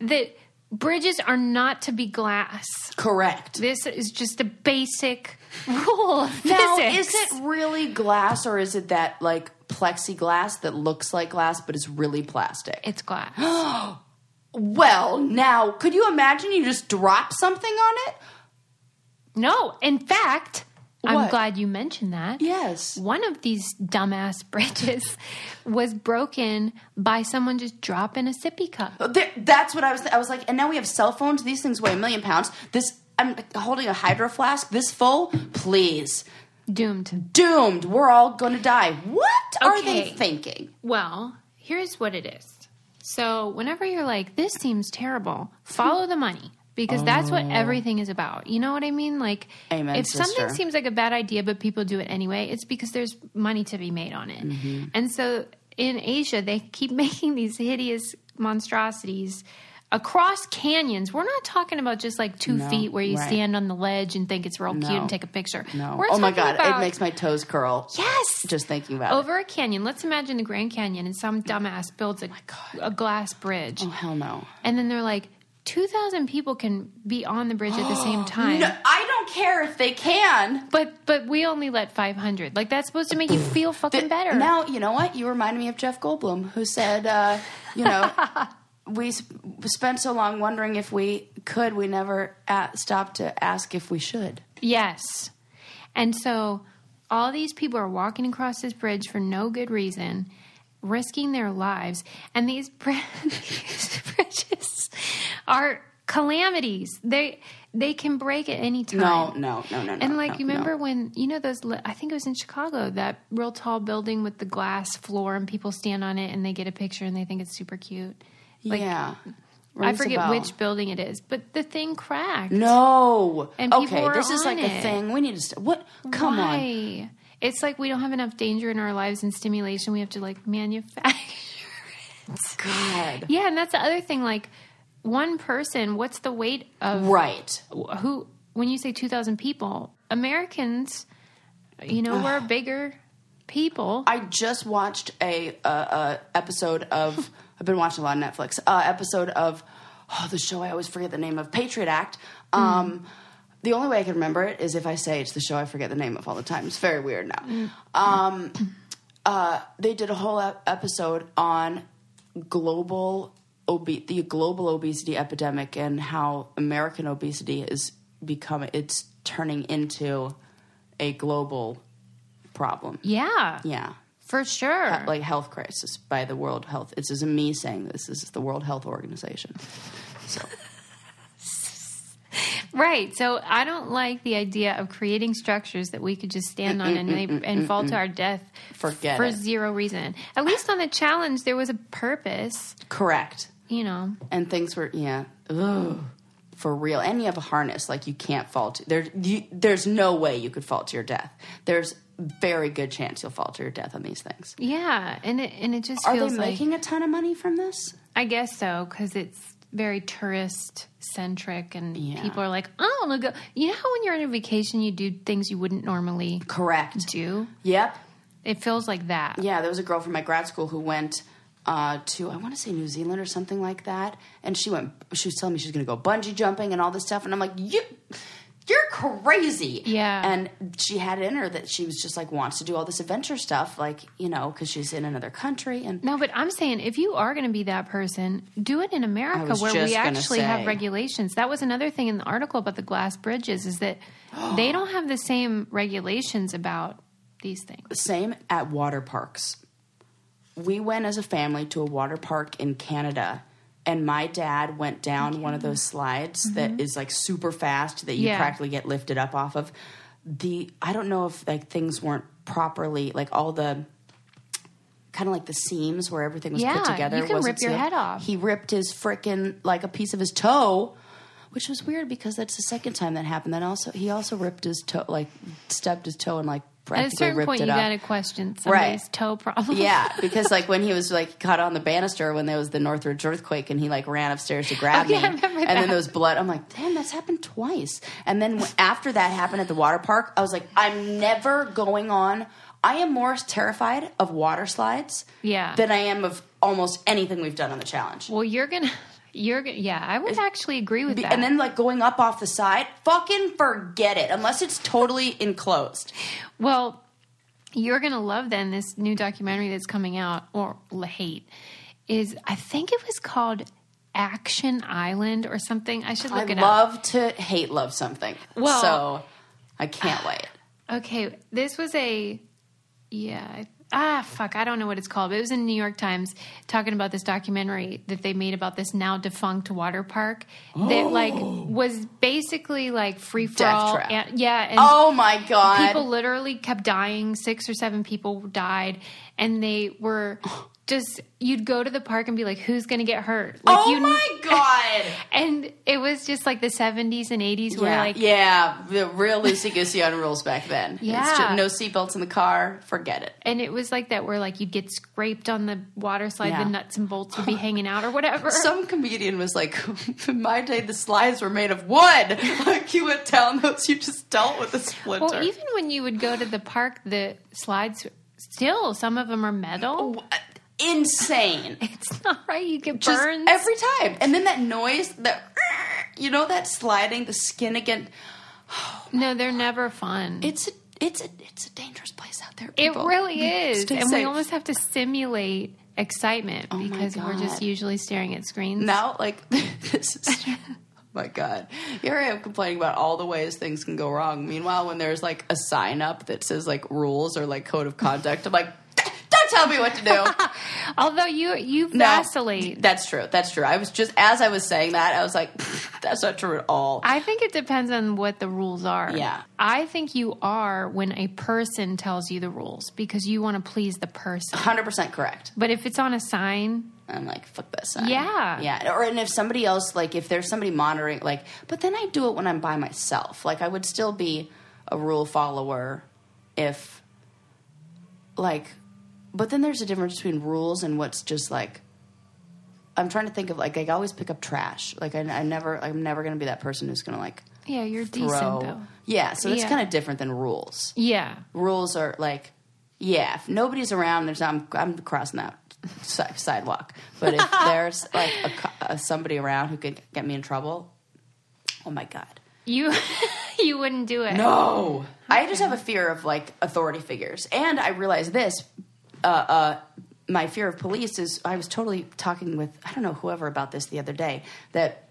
that bridges are not to be glass. Correct. This is just a basic rule of Now, is physics. it really glass or is it that like plexiglass that looks like glass but is really plastic? It's glass. Well, now, could you imagine you just drop something on it? no, in fact, I'm What? glad you mentioned that. Yes. One of these dumbass bridges was broken by someone just dropping a sippy cup. There, that's what I was. I was like, and now we have cell phones. These things weigh a million pounds. This, I'm holding a hydro flask this full. Please, Doomed. doomed. We're all going to die. What are they Okay. thinking? Well, here's what it is. So, whenever you're like, this seems terrible, follow the money because that's what everything is about. You know what I mean? Like, Oh. Amen, if something sister. seems like a bad idea, but people do it anyway, it's because there's money to be made on it. Mm-hmm. And so, in Asia, they keep making these hideous monstrosities across canyons. We're not talking about just like two feet where you right. stand on the ledge and think it's real cute and take a picture. No. We're oh my talking god, about- it makes my toes curl. Yes. Just thinking about it. over a canyon. Let's imagine the Grand Canyon and some dumbass builds a, a glass bridge. Oh hell no. And then they're like, 2,000 people can be on the bridge at the same time. No, I don't care if they can. But but we only let 500. Like, that's supposed to make you feel fucking better. Now you know what you reminded me of Jeff Goldblum, who said, uh, you know, we sp- spent so long wondering if we could, we never a stopped to ask if we should. Yes. And so all these people are walking across this bridge for no good reason, risking their lives. And these, br- these bridges are calamities. They they can break at any time. No, no, no, no. no, And like, no, you remember no. when you know those? li- I think it was in Chicago that real tall building with the glass floor, and people stand on it and they get a picture and they think it's super cute. Like, yeah, I Rings a forget bell. which building it is, but the thing cracked. No. And people okay, were this is on like it. a thing. We need to. St- what? Come on. Why? It's like we don't have enough danger in our lives and stimulation. We have to like manufacture. God. yeah, and that's the other thing. Like one person, what's the weight of Right. who? When you say two thousand people, Americans, you know, we're bigger people. I just watched a uh, uh, episode of. I've been watching a lot of Netflix. Uh, episode of oh, the show I always forget the name of Patriot Act. Um, the only way I can remember it is if I say it's the show I forget the name of all the time. It's very weird now. Um, uh, they did a whole ep- episode on global obe- the global obesity epidemic and how American obesity is becoming it's turning into a global problem. Yeah, Yeah. for sure. Uh, Like health crisis by the World Health. This isn't me saying this. This is the World Health Organization. So Right. So I don't like the idea of creating structures that we could just stand on and, they, and fall to our death Forget for it. zero reason. At least on the challenge, there was a purpose, correct. you know. and things were yeah Ugh. for real and you have a harness like you can't fall to there you, there's no way you could fall to your death there's very good chance you'll fall to your death on these things Yeah. And it, and it just are they feels like, making a ton of money from this I guess so, because it's very tourist centric and people are like, oh, I'm gonna go. You know how when you're on a vacation, you do things you wouldn't normally correct do? yep It feels like that. yeah there was a girl from my grad school who went uh, to i want to say new zealand or something like that and she went she was telling me she's going to go bungee jumping and all this stuff and i'm like you you're crazy Yeah. and she had it in her that she was just like wants to do all this adventure stuff like you know because she's in another country and No, but I'm saying if you are going to be that person, do it in America was where just we gonna actually say. have regulations. That was another thing in the article about the glass bridges is that they don't have the same regulations about these things. same at water parks. We went as a family to a water park in Canada, and my dad went down one of those slides that is like super fast that you Mm-hmm. Yeah. practically get lifted up off of. The I don't know if like things weren't properly like all the kind of like the seams where everything was Yeah, put together. you can wasn't rip your sealed. head off. He ripped his frickin' like a piece of his toe, which was weird because that's the second time that happened. Then also he also ripped his toe, like stepped his toe and like At a practically certain ripped point, it you up. got to question somebody's toe problem. Yeah, because like when he was like caught on the banister when there was the Northridge earthquake and he like ran upstairs to grab Oh, yeah, me, I remember and then that. there was blood. I'm like, damn, that's happened twice. And then w- after that happened at the water park, I was like, I'm never going on. I am more terrified of water slides, Yeah. than I am of almost anything we've done on the challenge. Well, you're gonna, you're gonna. Yeah, I would actually agree with Be- that. And then like going up off the side, fucking forget it unless it's totally enclosed. Well, you're going to love then this new documentary that's coming out, or l- hate, is I think it was called Action Island or something. I should look I it love to hate love something, Well- so I can't wait. up. Okay, this was a, yeah, I- ah, fuck, I don't know what it's called, but it was in New York Times talking about this documentary that they made about this now defunct water park Oh. that like was basically like free for all. trap. And, yeah. And Oh my god! people literally kept dying six or seven people died and they were just you'd go to the park and be like who's gonna get hurt like oh you my god! and it was just like the 70s and 80s where yeah, like yeah, the real loosey goosey on rules back then. It's Yeah. ju- no seatbelts in the car. Forget it. and it was like that where like you'd get scraped on the water slide Yeah. the nuts and bolts would be hanging out or whatever Some comedian was like, "In my day, the slides were made of wood. Like you went down those, you just dealt with a splinter." well even when you would go to the park the slides still some of them are Oh, metal Insane. it's not right you get Just burns every time, and then that noise, that you know, that sliding, the skin again. no they're never fun It's a, it's a, it's a dangerous place out there. It People. really is. Stay and we safe. Oh almost have to simulate excitement my because we're just God. usually staring at screens. now like this is oh my god here i am complaining about all the ways things can go wrong meanwhile when there's like a sign up that says like rules or like code of conduct i'm like don't tell me what to do Although you you No. vacillate. that's true that's true i was just as i was saying that i was like that's not true at all I think it depends on what the rules are. Yeah. I think you are when a person tells you the rules because you want to please the person. 100% correct But if it's on a sign, I'm like, fuck that sign. Yeah. Yeah. Or and if somebody else, like if there's somebody monitoring, like, but then I do it when I'm by myself. Like I would still be a rule follower if, like, but then there's a difference between rules and what's just like. I'm trying to think of like I always pick up trash. Like I, I never, I'm never gonna be that person who's gonna like yeah, you're throw. decent though. Yeah. So that's Yeah. kind of different than rules Yeah. rules are like, yeah, if nobody's around, there's I'm I'm crossing that si- sidewalk. But if there's like a, co- uh somebody around who could get me in trouble, oh my god, You you wouldn't do it. No. I just have a fear of like authority figures, and I realize this. Uh, uh, my fear of police is I was totally talking with I don't know whoever about this the other day that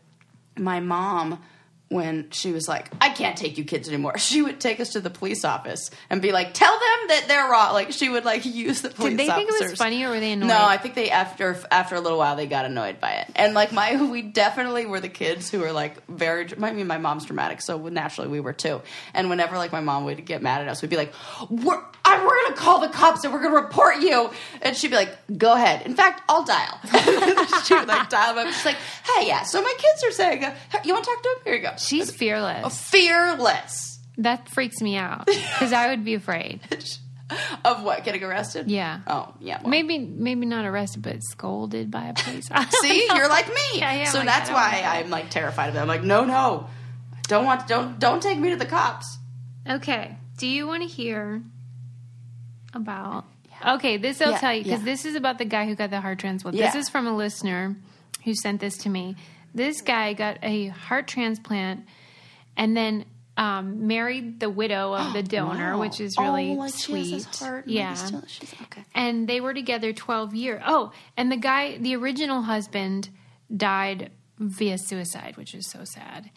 my mom when she was like i can't take you kids anymore she would take us to the police office and be like tell them that they're wrong like she would like use the police they think it was officers. funny or were they annoyed? no i think they after after a little while they got annoyed by it and like my we definitely were the kids who were like very i mean my mom's dramatic so naturally we were too and whenever like my mom would get mad at us we'd be like we're, I, we're gonna call the cops and we're gonna report you and she'd be like go ahead in fact i'll dial she would like dial up she's like hey yeah so my kids are saying uh, you want to talk to them here you go She's fearless. fearless That freaks me out because I would be afraid. of what getting arrested Yeah. oh yeah well. Maybe maybe not arrested, but scolded by a police officer. See, you're like me. Yeah, I am so like that's that. I why I'm like terrified of it. I'm like, no, no, don't want, don't, don't take me to the cops. Okay. Do you want to hear about? Okay, this I'll Yeah, tell you because yeah. this is about the guy who got the heart transplant. Yeah. This is from a listener who sent this to me. This guy got a heart transplant and then um, married the widow of the donor, which is Oh, really sweet. yeah, and they were together 12 years. Oh, and the guy, the original husband, died via suicide, which is so sad.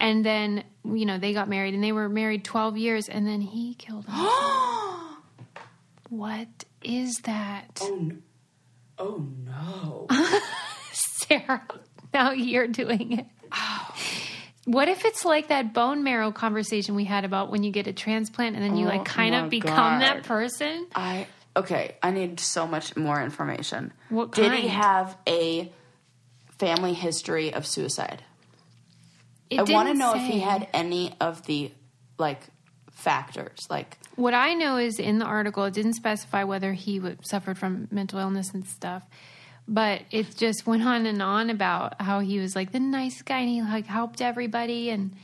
And then, you know, they got married and they were married 12 years and then he killed himself. what is that? Oh no! Sarah, now you're doing it. Oh. What if it's like that bone marrow conversation we had about when you get a transplant and then you like kind Oh my of become that God. person? I okay. I need so much more information. What Did he kind? have a family history of suicide? It I want to didn't know if he say. had any of the like factors, like What I know is in the article, it didn't specify whether he w- suffered from mental illness and stuff, but it just went on and on about how he was like the nice guy and he like helped everybody. And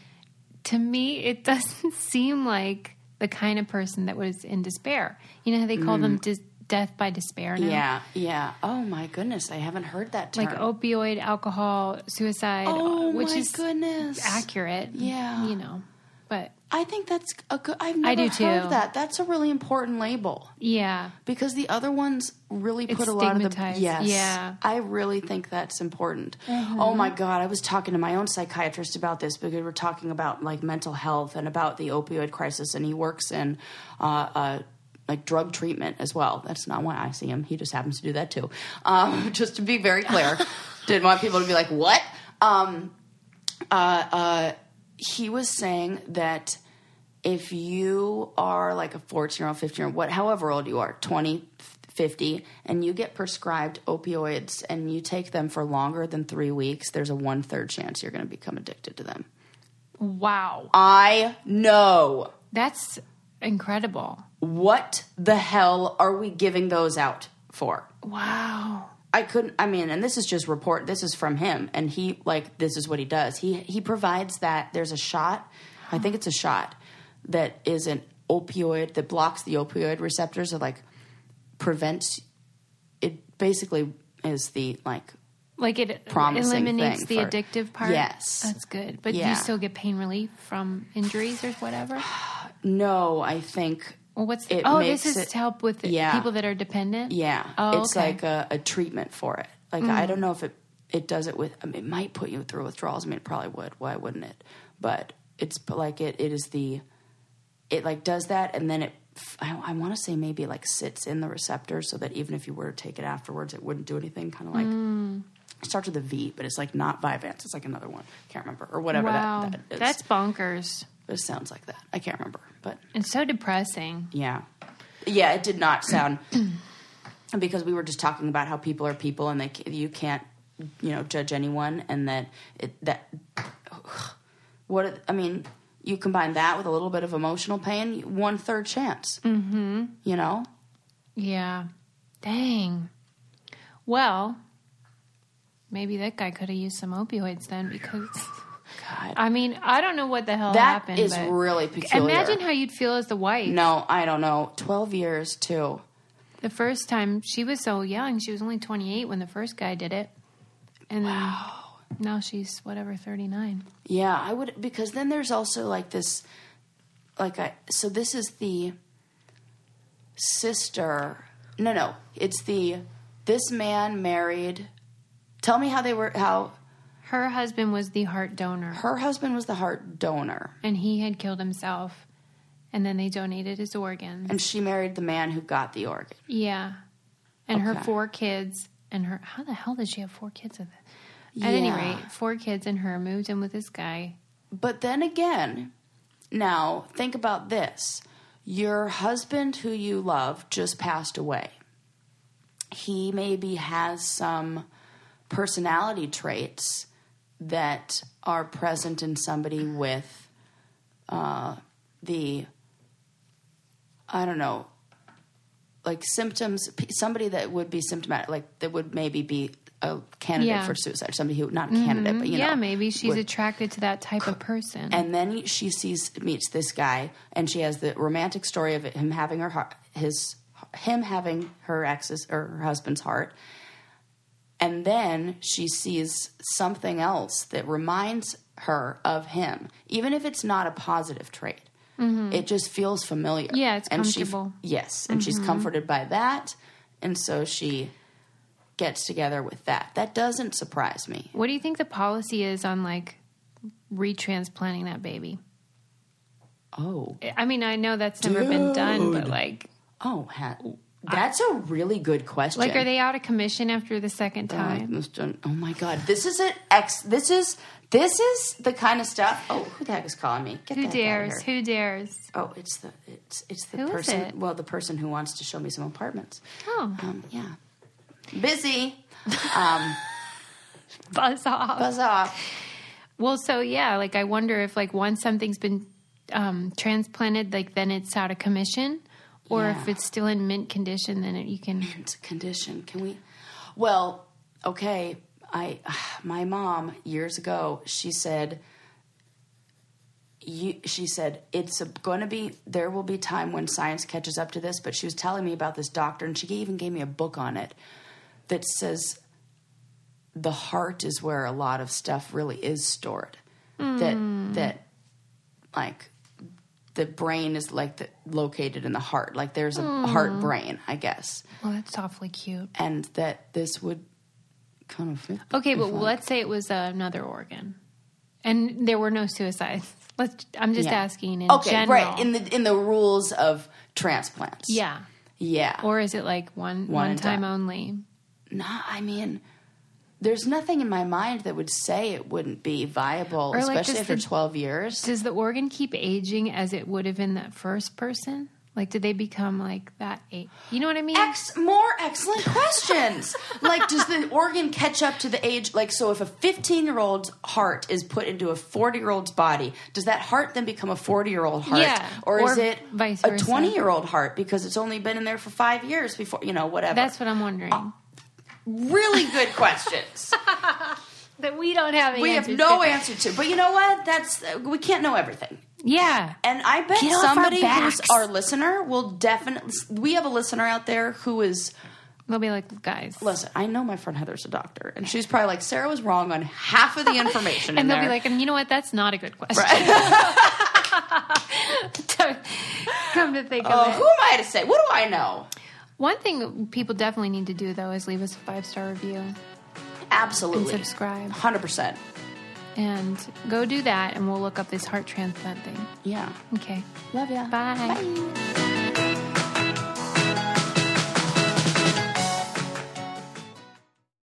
to me, it doesn't seem like the kind of person that was in despair. You know how they call them dis- death by despair now? Mm. yeah, yeah. Oh my goodness, I haven't heard that term. Like opioid, alcohol, suicide, uh, oh which my is goodness. accurate. Yeah. You know, but I think that's a good. I've never do heard too. that. That's a really important label. yeah. because the other ones really put a lot of the stigmatized. yes Yeah. Mm-hmm. i really think that's important oh my god i was talking to my own psychiatrist about this because we're talking about like mental health and about the opioid crisis and he works in uh, uh, like drug treatment as well that's not why i see him he just happens to do that too um, just to be very clear didn't want people to be like what um, uh, uh, he was saying that if you are like a 14 year old 15 year old what however old you are 20 50 and you get prescribed opioids and you take them for longer than three weeks there's a one-third chance you're going to become addicted to them Wow. i know That's incredible. what the hell are we giving those out for Wow. I couldn't. I mean, and this is just report. This is from him, and he like this is what he does. He he provides that there's a shot. I think it's a shot that is an opioid that blocks the opioid receptors or like prevents. It basically is the like Like it promising eliminates thing the for- addictive part. Yes. that's good. But Yeah. you still get pain relief from injuries or whatever. no. I think Well, what's the, It oh, makes this is it- to help with the yeah. people that are dependent. yeah, Oh, it's okay. Mm. like a, a treatment for it. Like I don't know if it it does it with. I mean, it might put you through withdrawals. I mean, it probably would. Why wouldn't it? But it's p- like it it is the it like does that and then it f- i, want to say maybe like sits in the receptor so that even if you were to take it afterwards it wouldn't do anything kind of like Mm. it starts with a v but it's like not Vyvanse. it's like another one can't remember or whatever wow, that, that is that's bonkers. it sounds like that i can't remember but It's so depressing. yeah yeah it did not sound because we were just talking about how people are people and they ca- you can't you know judge anyone and that it that what i mean you combine that with a little bit of emotional pain one third chance mm-hmm. you know Yeah, dang. Well, maybe that guy could have used some opioids then because. God. I mean, I don't know what the hell That happened. is but really peculiar. Imagine how you'd feel as the wife. no i don't know 12 years too The first time she was so young, she was only 28 when the first guy did it. And then Now she's whatever, 39. Yeah, I would because then there's also like this like I so this is the sister. No, no. It's the this man married Tell me how they were how Her husband was the heart donor her husband was the heart donor and he had killed himself. And then they donated his organs. and she married the man who got the organ. Yeah. And her Okay. four kids and her how the hell did she have four kids with it? At any Yeah. rate, four kids and her moved in with this guy. But then again, now think about this. Your husband who you love just passed away. He maybe has some personality traits that are present in somebody with uh, the, I don't know, like symptoms, p- somebody that would be symptomatic, like that would maybe be a candidate Yeah. Mm-hmm. for suicide, somebody who, not a candidate, but you know. yeah, maybe she's would- attracted to that type of person. and then she sees meets this guy, and she has the romantic story of him having her heart, his him having her ex's or her husband's heart, and then she sees something else that reminds her of him, even if it's not a positive trait. It just feels familiar. Mm-hmm. Yeah, it's and she f- comfortable. Mm-hmm. yes, and she's comforted by that, and so she gets together with that. That doesn't surprise me. what do you think the policy is on like retransplanting that baby? Oh, I mean, I know that's never been done, but like oh, ha- that's a really good question. like are they out of commission after the second I time? almost done- Oh my god, this is an ex. This is this is the kind of stuff. Oh, who the heck is calling me? Get Who the heck out of dares? here. Who dares? Oh, it's the it's it's the Who is person. it? Well, the person who wants to show me some apartments. Oh, Um, yeah, busy. buzz off. Buzz off. Well, so yeah, like I wonder if like once something's been um, transplanted, like then it's out of commission, or if Yeah. it's still in mint condition, then it, you can. It's a condition. Can we? Well, okay. I my mom years ago she said. You, she said it's going to be there will be time when science catches up to this but she was telling me about this doctor and she even gave me a book on it that says the heart is where a lot of stuff really is stored that that like the brain is like the, located in the heart like there's a heart brain i guess Well, that's awfully cute. and that this would kind of fit. Okay, but let's say it was uh, another organ, and there were no suicides. Let's. I'm just Yeah. asking in okay, general. right in the in the rules of transplants. yeah. yeah. Or Or is it like One one one, and time done. only? nah, I mean, there's nothing in my mind that would say it wouldn't be viable, Or, like, especially does after the- 12 years. Does the organ keep aging as it would have in that first person? Like, did they become like that? Eight? You know what I mean? Ex- more excellent questions. like, does the organ catch up to the age? Like, so if a 15 year old's heart is put into a 40 year old's body, does that heart then become a 40 year old heart? Yeah, or is or it vice a versa. 20 year old heart because it's only been in there for five years before, you know, whatever? That's what I'm wondering. really good questions. that we don't have. we have answers no to. answer to. But you know what? That's uh, we can't know everything. Yeah. And I bet Get off our somebody who's backs. our listener will definitely. We have a listener out there who is. They'll be like, guys. Listen, I know my friend Heather's a doctor, and she's probably like Sarah was wrong on half of the information. and in they'll be there." like, and you know what? That's not a good question. To- Come to think "Oh, of who it. am I to say? What do I know?" One thing people definitely need to do, though, is leave us a five star review Absolutely, And subscribe. hundred percent. and go do that, and we'll look up this heart transplant thing. Yeah, Okay. love ya. Bye. Bye.